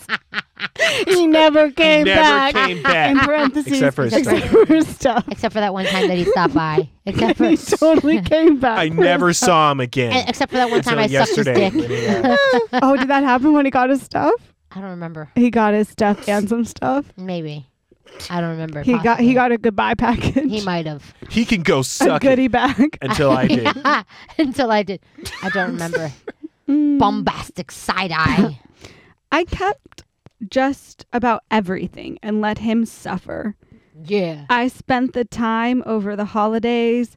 he never came
never
back.
came back.
In parentheses,
Except for his
except
stuff.
for his stuff.
Except for that one time that he stopped by. Except for
he totally came back.
I never saw him again.
And- except for that one time
Until
I sucked his
yesterday
dick.
when he, uh,
oh, did that happen when he got his stuff?
I don't remember.
He got his stuff and some stuff.
Maybe. I don't remember.
He got he got a goodbye package.
He might have.
He can go
a
suck it
goodie bag.
until I did.
Until I did. I don't remember. Bombastic side eye.
I kept just about everything and let him suffer.
Yeah.
I spent the time over the holidays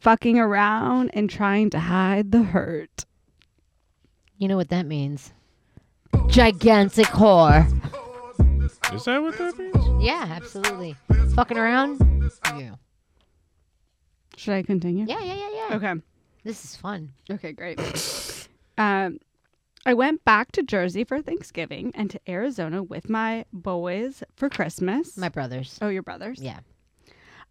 fucking around and trying to hide the hurt.
You know what that means? Gigantic whore.
Is that what that means?
Yeah, absolutely. Fucking around? Yeah.
Should I continue?
Yeah, yeah, yeah, yeah.
Okay.
This is fun.
Okay, great. um, I went back to Jersey for Thanksgiving and to Arizona with my boys for Christmas.
My brothers.
oh, your brothers?
Yeah.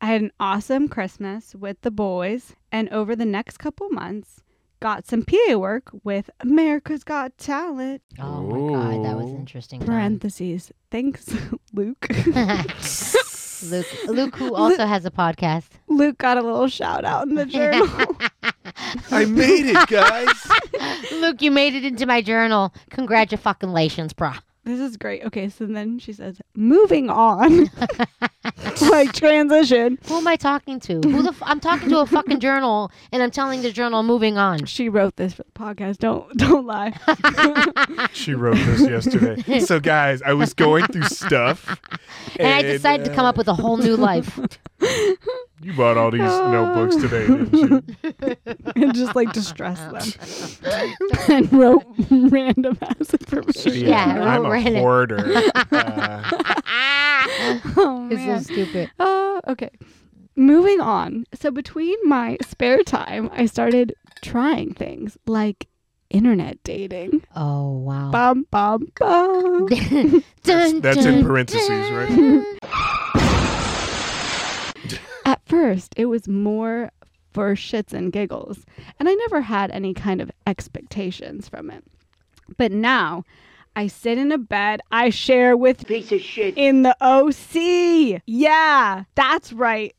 I had an awesome Christmas with the boys, and over the next couple months, got some PA work with America's Got Talent.
Oh my god, that was
Ooh.
interesting. time.
Parentheses. Thanks, Luke.
Luke, Luke, who also has a podcast.
Luke got a little shout out in the journal.
I made it, guys.
Luke, you made it into my journal. Congratulations, brah.
this is great. Okay, so then she says, moving on. like transition.
Who am I talking to? Who the f- I'm talking to a fucking journal, and I'm telling the journal moving on.
She wrote this for the podcast. Don't don't lie.
She wrote this yesterday. So, guys, I was going through stuff,
And I decided to come up with a whole new life.
You bought all these
Oh.
notebooks today, didn't you?
and just like distress them. and wrote random ass information.
Yeah, I
I'm
wrote
a
right in.
hoarder. Uh,
Oh,
It's so
man.
stupid.
Uh, okay. Moving on. So between my spare time, I started trying things like internet dating.
Oh wow.
Bum bum bum.
Dun,
that's
dun,
in parentheses, right?
At first, it was more for shits and giggles, and I never had any kind of expectations from it. But now, I sit in a bed I share with
Piece of shit.
in the OC. Yeah, that's right.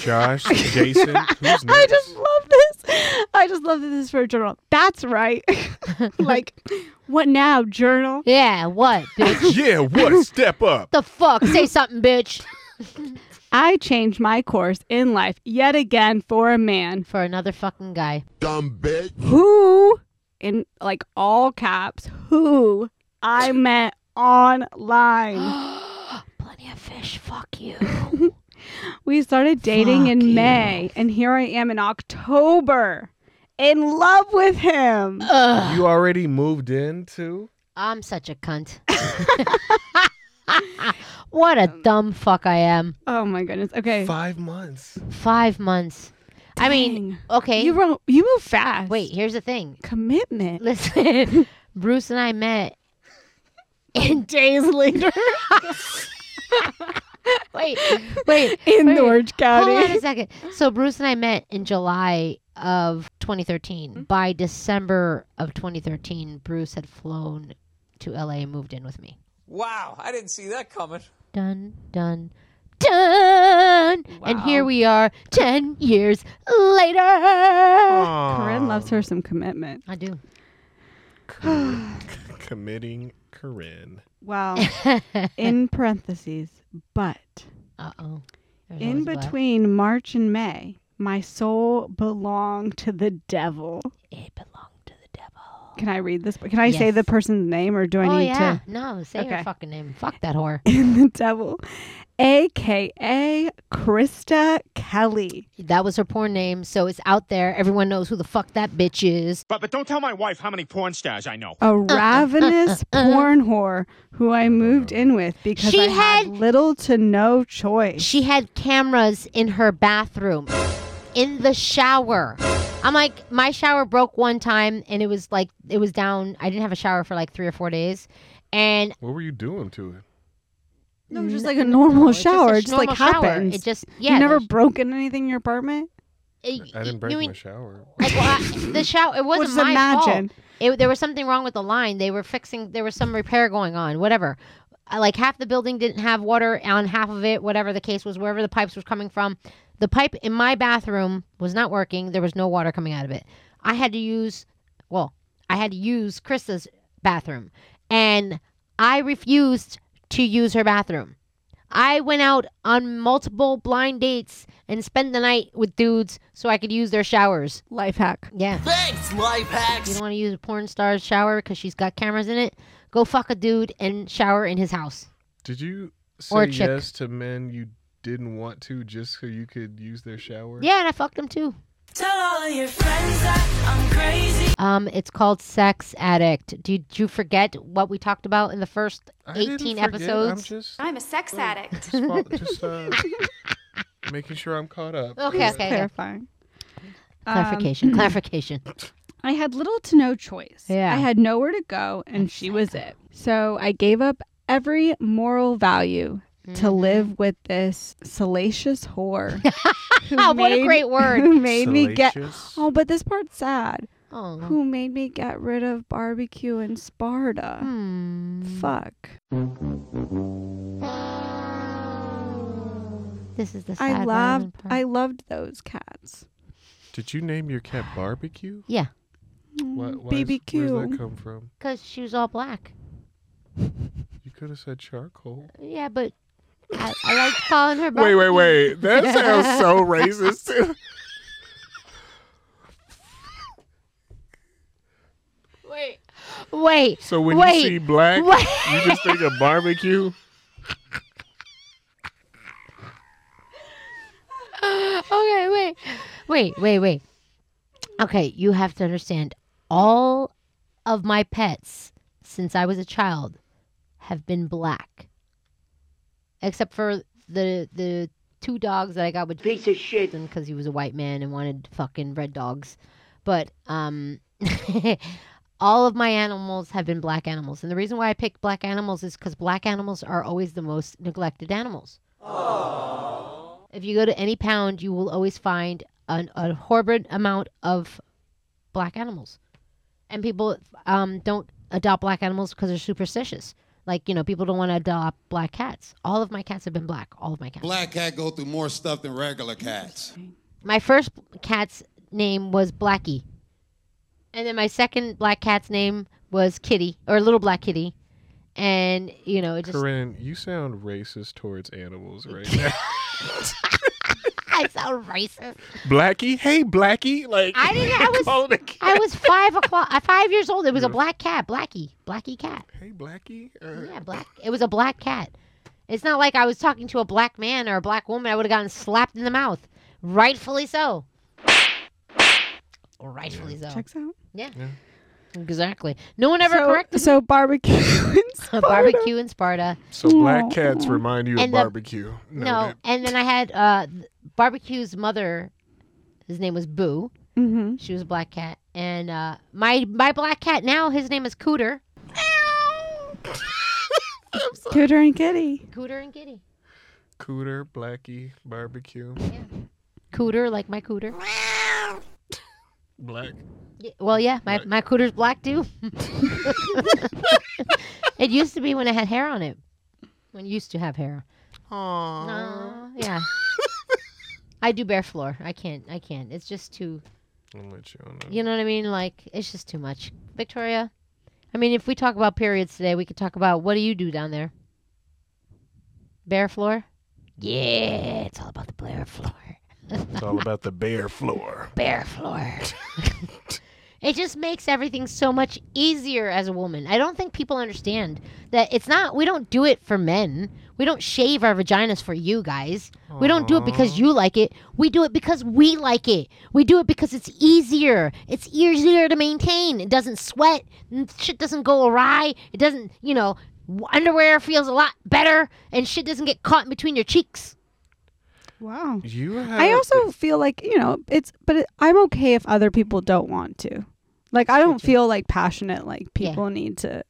Josh, Jason, who's
I
next?
just love this. I just love that this is for a journal. That's right. like, what now, journal?
Yeah, what, bitch?
yeah, what? Step up.
the fuck? Say something, bitch.
I changed my course in life yet again for a man
For another fucking guy.
Dumb bitch.
who, in like all caps, who I met online.
Plenty of fish. Fuck you.
We started dating in
Fuck you.
May, and here I am in October in love with him.
Ugh.
You already moved in too?
I'm such a cunt. what a
Um,
dumb fuck I am.
Oh my goodness. Okay.
Five months.
Five months. I mean, okay.
You wrote, you move fast.
Wait, here's the thing.
Commitment.
Listen, Bruce and I met. And
Days later.
wait, wait.
in
wait.
Orange County.
Hold on a second. So Bruce and I met in July of 2013.
Mm-hmm.
By December of 2013, Bruce had flown to LA and moved in with me.
Wow, I didn't see that coming.
Dun dun dun. And here we are, ten years later.
Corinne loves her some commitment.
I do.
Committing Corinne.
Wow. in parentheses, but
Uh oh.
in between March and May, my soul belonged to the devil.
It belonged to the devil.
Can I read this? Can I say
Yes.
the person's name or do I
oh
need
yeah.
to?
No, say
Okay.
her fucking name. Fuck that whore.
In the devil, aka Krista Kelly.
That was her porn name, so it's out there. Everyone knows who the fuck that bitch is.
But but don't tell my wife how many porn stars I
Uh,
know.
A ravenous porn whore who I moved in with because
She
I had,
had-
little to no choice.
She had cameras in her bathroom, in the shower. I'm like, my shower broke one time and it was like, it was down. I didn't have a shower for like three or four days. And
What were you doing to it?
No, just like a normal
it's just a
shower.
sh-
It just, like
normal shower.
happens.
It just-
You
yeah, uh,
never
there's-
broken anything in your apartment?
I
didn't break my shower.
Like, well, I- the shower. It wasn't
Just
my
imagine.
fault. It, there was something wrong with the line. They were fixing. There was some repair going on. Whatever. I- Like half the building didn't have water on half of it. Whatever the case was, wherever the pipes was coming from, the pipe in my bathroom was not working. There was no water coming out of it. I had to use. Well, I had to use Krista's bathroom, and I refused to use her bathroom. I went out on multiple blind dates and spent the night with dudes so I could use their showers.
Life hack.
Yeah.
Thanks, life
You
hacks.
don't want to use a porn star's shower because she's got cameras in it. Go fuck a dude and shower in his house.
Did you
Or
say
chick.
yes to men you didn't want to just so you could use their shower?
Yeah, and I fucked him too.
Tell all your friends that I'm crazy.
Um, it's called Sex Addict. Did you forget what we talked about in the first
I didn't
18
forget, I'm
episodes?
just-
I'm a
Mm.
sex addict.
Just, fo- just uh, making sure I'm caught up.
Okay,
Just
okay.
Clarifying.
Clarification,
Um,
clarification.
I had little to no choice.
Yeah.
I had nowhere to go, and she was it. So I gave up every moral value to
Mm-hmm.
live with this salacious whore. who
Oh, What a great word.
Who made me get.
Salacious.
Oh, but this part's sad.
Oh.
Who made me get rid of barbecue and Sparta?
hmm. Mm.
Fuck.
This is the
I
sad
loved.
violin
I loved those cats.
Did you name your cat Barbecue?
Yeah.
Why, why is- Where does
BBQ.
that come from?
Because she was all black.
You could have said charcoal.
Yeah, but I, I liked calling her
Wait, wait, wait. That sounds so racist. Too.
Wait. Wait.
So when
wait,
you see black,
wait.
you just think of barbecue.
okay, wait. Wait, wait, wait. Okay, you have to understand all of my pets since I was a child have been black. Except for the the two dogs that I got with piece of shit because he was a white man and wanted fucking red dogs. But um all of my animals have been black animals. And the reason why I picked black animals is cuz black animals are always the most neglected animals. If you go to any pound, you will always find an, a horrid amount of black animals. And people um, don't adopt black animals because they're superstitious. Like, you know, people don't want to adopt black cats. All of my cats have been black. All of my cats.
Black cat go through more stuff than regular cats.
My first cat's name was Blackie. And then my second black cat's name was Kitty, or Little Black Kitty. And, you know, it just.
Corinne, you sound racist towards animals right now.
I sound racist.
Blackie, hey Blackie, like
I didn't. I
called a
was. I was five o'clock. uh, Five years old. It was a black cat, Blackie, Blackie cat.
Hey Blackie.
yeah, black. It was a black cat. It's not like I was talking to a black man or a black woman. I would have gotten slapped in the mouth, rightfully so. Rightfully so.
Checks out.
Yeah. Exactly. No one ever
so,
corrected
So barbecue. and Sparta.
barbecue in Sparta.
So black cats remind you of
And the-
barbecue.
no, and then I had uh, th- barbecue's mother. His name was Boo.
Mm-hmm.
She was a black cat, and uh, my my black cat now. His name is Cooter.
Cooter and Kitty.
Cooter and Kitty.
Cooter, Blackie, barbecue,
Cooter, like my cooter.
black.
Yeah, well, yeah, my, my cooter's black too. it used to be when I had hair on it. When it used to have hair. Aw, yeah. I do bare floor. I can't. I can't. It's just too.
I'll let you on that.
You know what I mean? Like it's just too much. Victoria. I mean, if we talk about periods today, we could talk about what do you do down there? Bare floor. Yeah, it's all about the bare floor.
It's all about the bare floor.
bare floor. it just makes everything so much easier as a woman. I don't think people understand that it's not, we don't do it for men. We don't shave our vaginas for you guys. We don't do it because you like it. We do it because we like it. We do it because it's easier. It's easier to maintain. It doesn't sweat. N- Shit doesn't go awry. It doesn't, you know, w- underwear feels a lot better and shit doesn't get caught in between your cheeks.
Wow.
You have.
I also feel like you know it's, but it, I'm okay if other people don't want to. Like I don't feel like passionate. Like people need to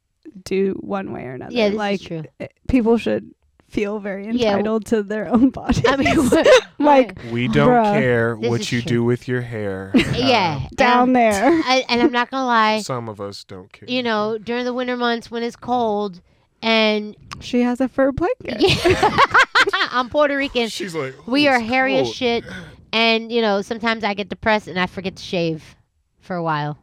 do one way or another.
Yeah, this is
like
true.
it- people should feel very
Yeah,
entitled to their own bodies.
I mean, what-
like
We don't
bruh,
care
This
what
is
you
true.
do with your hair. Uh,
yeah,
down there.
I, and I'm not gonna lie.
Some of us don't care.
You know, during the winter months when it's cold, and
She has a fur blanket.
I'm Puerto Rican.
She's like,
we
"Oh,
are
it's
hairy as
cold."
shit, and you know, sometimes I get depressed and I forget to shave for a while.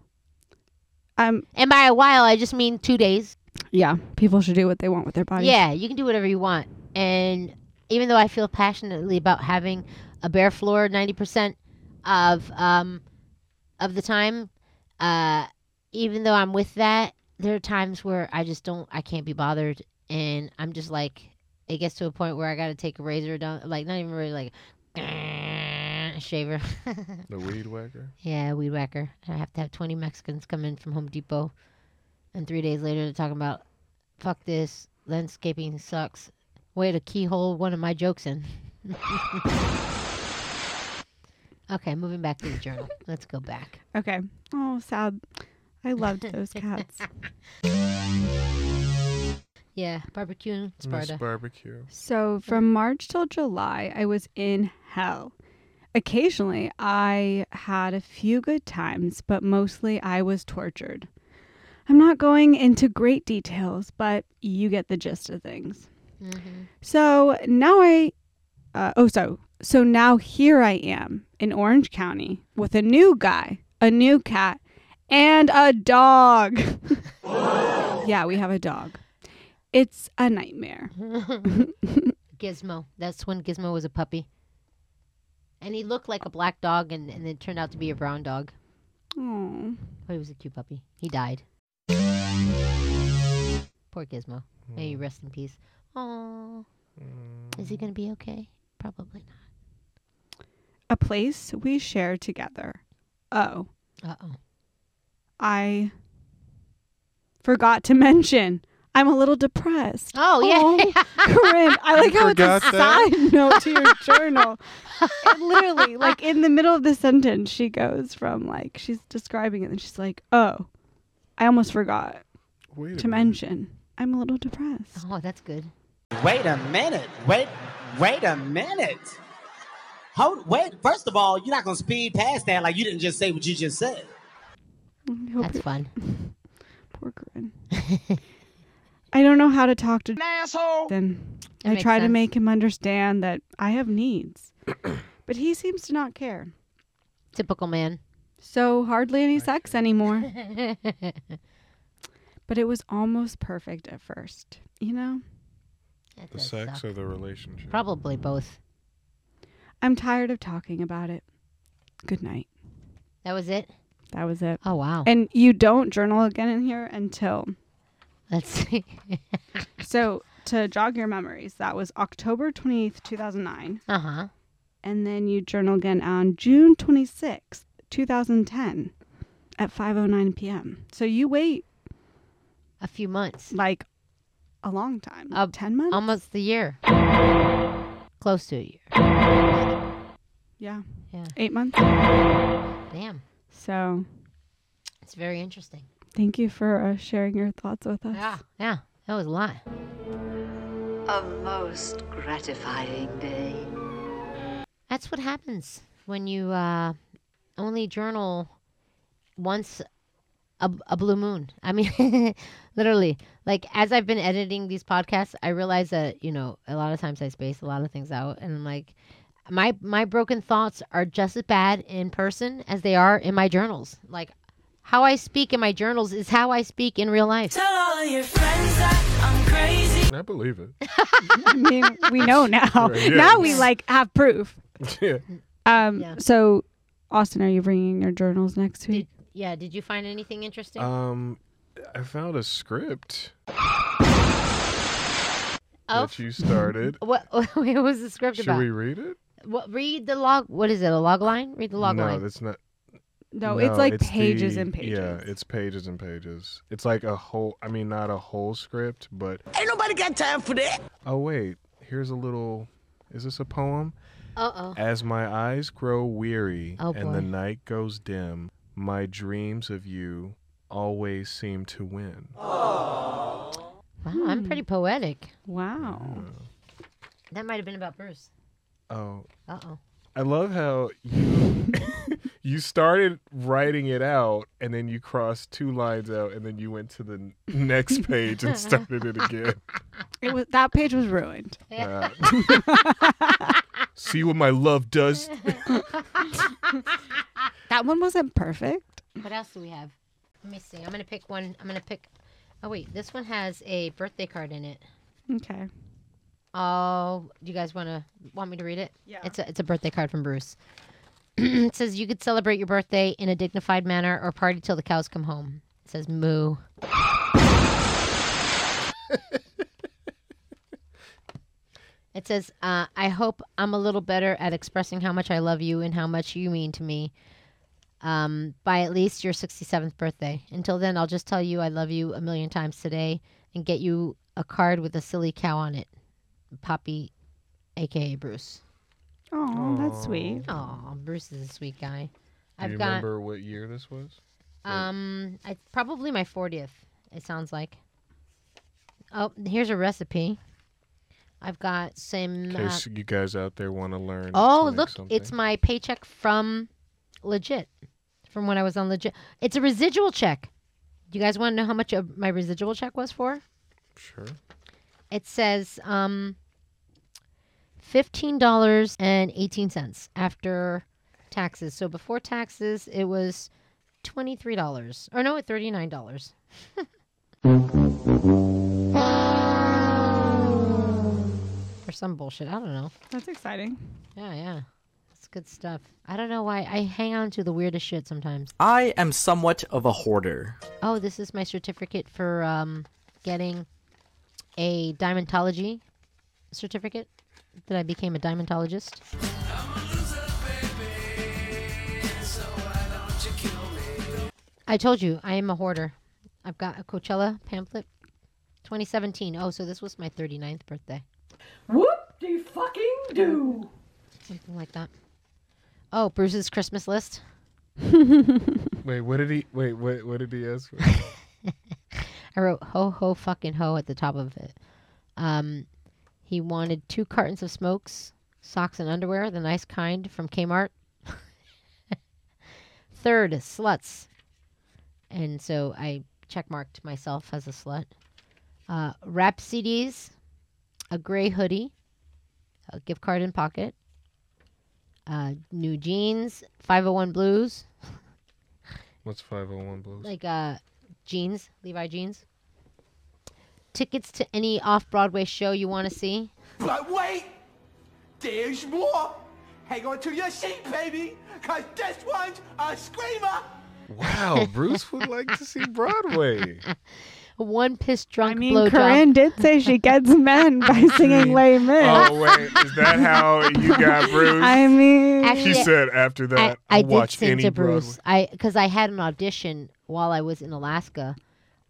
Um,
and by a while, I just mean two days.
Yeah, people should do what they want with their bodies.
Yeah, you can do whatever you want. And even though I feel passionately about having a bare floor 90% of um of the time, uh even though I'm with that, there are times where I just don't I can't be bothered and I'm just like it gets to a point where I got to take a razor down like not even really like shaver.
The weed whacker.
Yeah, weed whacker. And I have to have 20 Mexicans come in from Home Depot. And three days later, they're talking about, fuck this, landscaping sucks. Way to keyhole one of my jokes in. okay, moving back to the journal. Let's go back.
Okay. Oh, sad. I loved those cats.
Yeah, barbecuing,
Miss
Sparta.
barbecue.
So from March till July, I was in hell. Occasionally, I had a few good times, but mostly I was tortured. I'm not going into great details, but you get the gist of things. So now I, uh, oh, so so now here I am in Orange County with a new guy, a new cat, and a dog. yeah, we have a dog. It's a nightmare.
Gizmo. That's when Gizmo was a puppy. And he looked like a black dog, and, and it turned out to be a brown dog.
Aw.
But he was a cute puppy. He died. Poor Gizmo. May
Hmm.
you rest in peace. Aww. Is he going to be okay? Probably
A place we share together. Oh,
not. Uh oh.
I forgot to mention. I'm a little depressed.
Oh, yeah.
Aw, Corinne, I like how it's a
forgot that?
side note to your journal. It literally, like in the middle of the sentence, she goes from like she's describing it and she's like, "Oh, I almost forgot
Wait a
to mention. I'm a little depressed."
Oh, that's good.
Wait a minute. Wait, wait a minute. Hold, wait. First of all, you're not gonna speed past that like you didn't just say what you just said.
I hope
Oh, That's
you-
fun.
Poor Corinne. I don't know how to talk to
asshole.
Then
That
I
makes
try to
sense.
make him understand that I have needs, but he seems to not care.
Typical man.
So hardly any sex anymore. But it was almost perfect at first, you know.
That
The
does
sex
suck.
or the relationship?
Probably both.
I'm tired of talking about it. Good night.
That was it?
That was it.
Oh, wow.
Eh.
And you don't journal again in here until
Let's see.
so to jog your memories. That was October twenty eighth, two thousand nine.
uh huh.
and then you journal again on June 26th, 2010 at 5:09 p.m. So you wait
A few months.
like a long time.
Uh,
10 months?
Almost the year. Close to a year.
Yeah.
Yeah.
8 months.
Damn.
So,
It's very interesting.
thank you for uh, sharing your thoughts with us.
Ah.
Yeah. Yeah. That was a lot.
A most gratifying day.
That's what happens when you uh, only journal once a, a blue moon. I mean, literally, like as I've been editing these podcasts, I realize that you know a lot of times I space a lot of things out, and I'm like, my my broken thoughts are just as bad in person as they are in my journals. Like how I speak in my journals is how I speak in real life.
Tell all your friends that I'm crazy.
I believe it.
I mean, we know now.
Right, yeah.
Now we like have proof.
yeah.
Um
Yeah.
so Austin, are you bringing your journals next week?
Yeah. Did you find anything interesting?
Um, I found a script
Oh,
that you started.
what, what was the script
Should
about?
we read it?
What, read the log. What is it? A log line? Read the log
no,
line.
that's not.
No, it's like pages
the-
and pages.
Yeah, it's pages and pages. It's like a whole. I mean, not a whole script, but.
Ain't nobody got time for that.
Oh wait, here's a little. Is this a poem?
Uh oh.
As my eyes grow weary
Oh,
and the
boy.
night goes dim, my dreams of you always seem to win.
Wow, I'm pretty poetic.
Wow.
That might have been about Bruce.
Oh.
Uh oh.
I love how you you started writing it out and then you crossed two lines out and then you went to the n- next page and started it again.
It was that page was ruined.
Uh, see what my love does?
that one wasn't perfect.
What else do we have? Let me see. I'm gonna pick one. I'm gonna pick. Oh wait, this one has a birthday card in it.
Okay.
Oh, do you guys want to want me to read it?
Yeah.
It's a it's a birthday card from Bruce. it says you could celebrate your birthday in a dignified manner or party till the cows come home. It says moo. it says uh, I hope I'm a little better at expressing how much I love you and how much you mean to me. Um, by at least your 67th birthday. Until then, I'll just tell you I love you a million times today and get you a card with a silly cow on it. Poppy, aka Bruce.
Oh, that's sweet.
Oh, Bruce is a sweet guy.
Do
I've
you
got
remember what year this was?
um, I, probably my fortieth. It sounds like. Oh, here's a recipe. I've got some.
In
uh,
case you guys out there want to learn.
oh,
to make
look! It's
something.
my paycheck from legit, from when I was on legit. It's a residual check. You guys want to know how much of my residual check was for?
Sure.
It says um, fifteen dollars and eighteen cents after taxes. So before taxes, it was twenty three dollars, or no, thirty nine dollars. or some bullshit. I don't know.
That's exciting.
Yeah, yeah. It's good stuff. I don't know why I hang on to the weirdest shit sometimes.
I am somewhat of a hoarder.
Oh, this is my certificate for um, getting a diamondology certificate that I became a diamondologist. I told you I am a hoarder. I've got a Coachella pamphlet, 2017. Oh, so this was my 39th birthday,
Whoop de fucking do.
something like that. Oh, Bruce's Christmas list.
Wait, what did he? Wait, what? What did he ask? For?
I wrote ho ho fucking ho at the top of it. Um, he wanted two cartons of smokes, socks and underwear, the nice kind from Kmart. Third, sluts. And so I checkmarked myself as a slut. Uh, rap CDs, a gray hoodie, a gift card in pocket, uh, new jeans, 501 blues,
What's five hundred one blues?
like uh jeans, Levi jeans. Tickets to any off Broadway show you want to see.
But wait, there's more. Hang on to your seat, baby, cause this one's a screamer.
wow, Bruce would like to see Broadway.
One piss drunk
I mean,
blowjob.
Corinne did say she gets men by singing "Lay Men."
Oh wait, is that how you got Bruce?
I mean,
she said after that,
I
I'll
did
watch
sing
any
to
Broadway.
Bruce. I because I had an audition while I was in Alaska.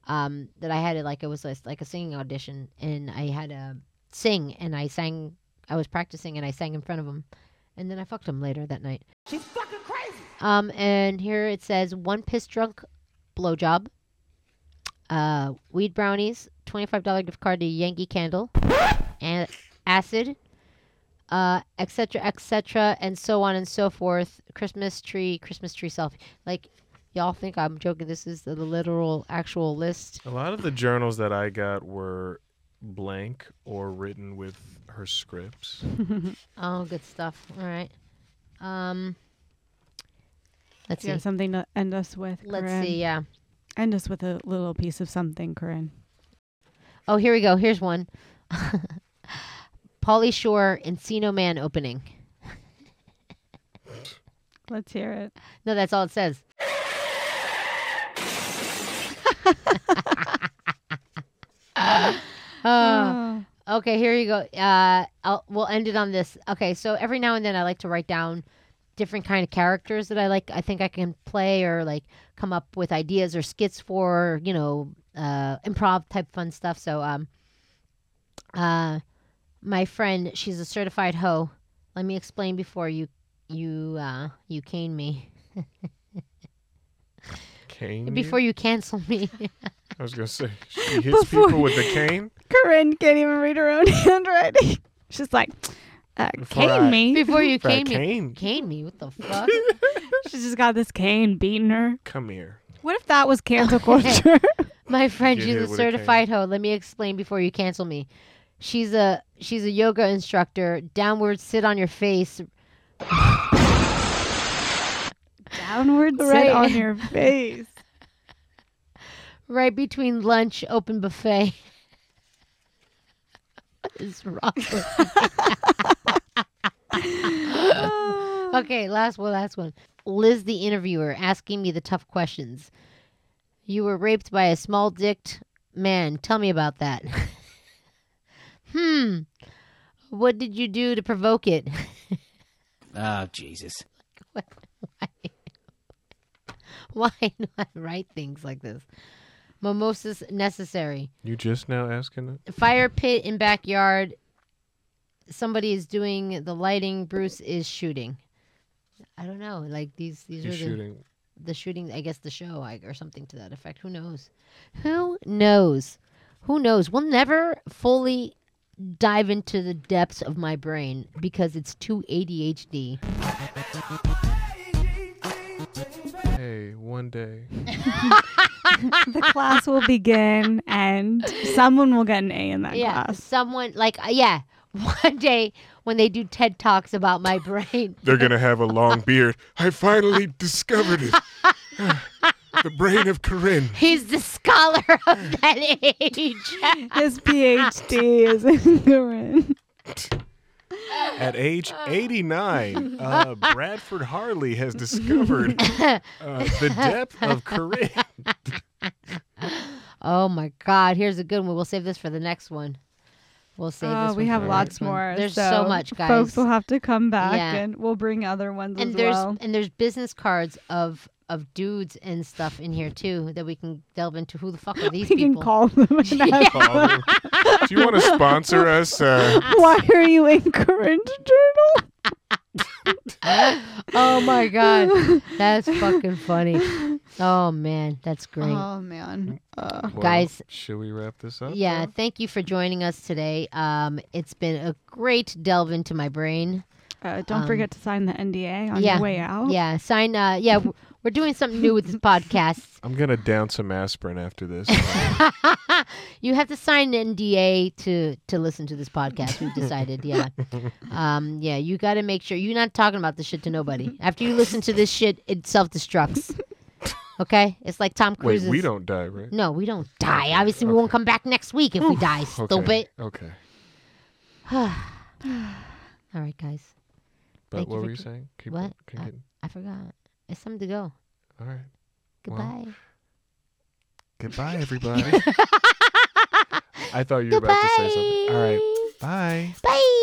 Um, that I had it like it was like, like a singing audition, and I had to sing, and I sang. I was practicing, and I sang in front of him, and then I fucked him later that night.
She's fucking crazy.
Um, and here it says one piss drunk blowjob, uh, weed brownies, twenty-five dollar gift card to Yankee Candle, and acid, uh, etc. etc. and so on and so forth. Christmas tree, Christmas tree selfie. Like y'all think I'm joking? This is the literal actual list.
A lot of the journals that I got were blank or written with her scripts.
oh, good stuff. All right. Um, let's
you have
see.
something to end us with.
Let's
Corinne.
see. Yeah.
End us with a little piece of something, Corinne.
Oh, here we go. Here's one. Polly Shore Encino Man opening.
Let's hear it.
No, that's all it says. Uh, okay, here you go. Uh, I'll, we'll end it on this. Okay, so every now and then I like to write down different kind of characters that I like. I think I can play or like come up with ideas or skits for you know uh, improv type fun stuff. So um, uh, my friend, she's a certified hoe. Let me explain before you you uh, you cane me
Cane.
before you cancel me.
I was gonna say she hits
Before-
people with the cane.
Corinne can't even read her own handwriting. She's like, uh,
Before
cane
I-
me
Before you Before I cane me. cane. cane me. What the fuck?
She's just got this cane beating her.
Come here.
What if that was cancel culture?
My friend,
Get hit
she's
with
a
a
certified hoe. Let me explain before you cancel me. She's a she's a yoga instructor. Downward sit on your face.
Downward sit
Right.
on your face.
Right between lunch, open buffet. what is wrong? with- okay, last one, last one. Liz, the interviewer, asking me the tough questions. You were raped by a small dicked man. Tell me about that. hmm. What did you do to provoke it?
Oh, Jesus.
Why not write things like this? Mimosas necessary.
You just now asking it?
Fire pit in backyard. Somebody is doing the lighting. Bruce is shooting. I don't know. Like these, these
He's
are the,
shooting.
the shooting. I guess the show I, or something to that effect. Who knows? Who knows? Who knows? We'll never fully dive into the depths of my brain because it's too ADHD.
Hey, one day.
the class will begin and someone will get an A in that
yeah,
class.
someone like uh, yeah. One day when they do TED talks about my brain,
They're gonna have a long beard. I finally discovered it. the brain of Corinne.
he's the scholar of that age.
His PhD is in Corinne.
At age 89, uh, Bradford Harley has discovered uh, the depth of Corinne.
Oh my God! Here's a good one. We'll save this for the next one. We'll save
Oh,
this.
we
one
have
for the
lots
next one.
more.
There's so, much, guys.
Folks will have to come back
Yeah.
and we'll bring other ones
and
as
there's
well.
and there's business cards of of dudes and stuff in here too that we can delve into. Who the fuck are these
We
people?
can call them. and ask
Call
them,
them. Do you want to sponsor us? Uh,
Why are you in Corinne Journal?
oh my God, that's fucking funny. Oh man, that's great.
Oh man. Uh,
well,
Guys.
Should we wrap this up?
Yeah, thank you for joining us today. Um, it's been a great delve into my brain.
uh, don't
Um,
forget to sign the NDA on
yeah,
your way out.
Yeah, sign. Uh, yeah, w- we're doing something new with this podcast.
I'm going to down some aspirin after this.
You have to sign an NDA to to listen to this podcast. We decided. Yeah, um, yeah. You got to make sure you're not talking about this shit to nobody. After you listen to this shit, it self destructs. Okay, it's like Tom
Wait,
Cruise.
we don't die, right?
No, we don't die. Obviously, we won't come back next week if we die. Stupid.
Okay. okay.
All right, guys.
But
Thank you for
what were you
co-
saying? Keep
what? Uh,
Keep
I-
it-
I forgot. It's time to go.
All right. Well,
Goodbye.
Goodbye, everybody. I thought you were about to say something. All right. Bye.
Bye.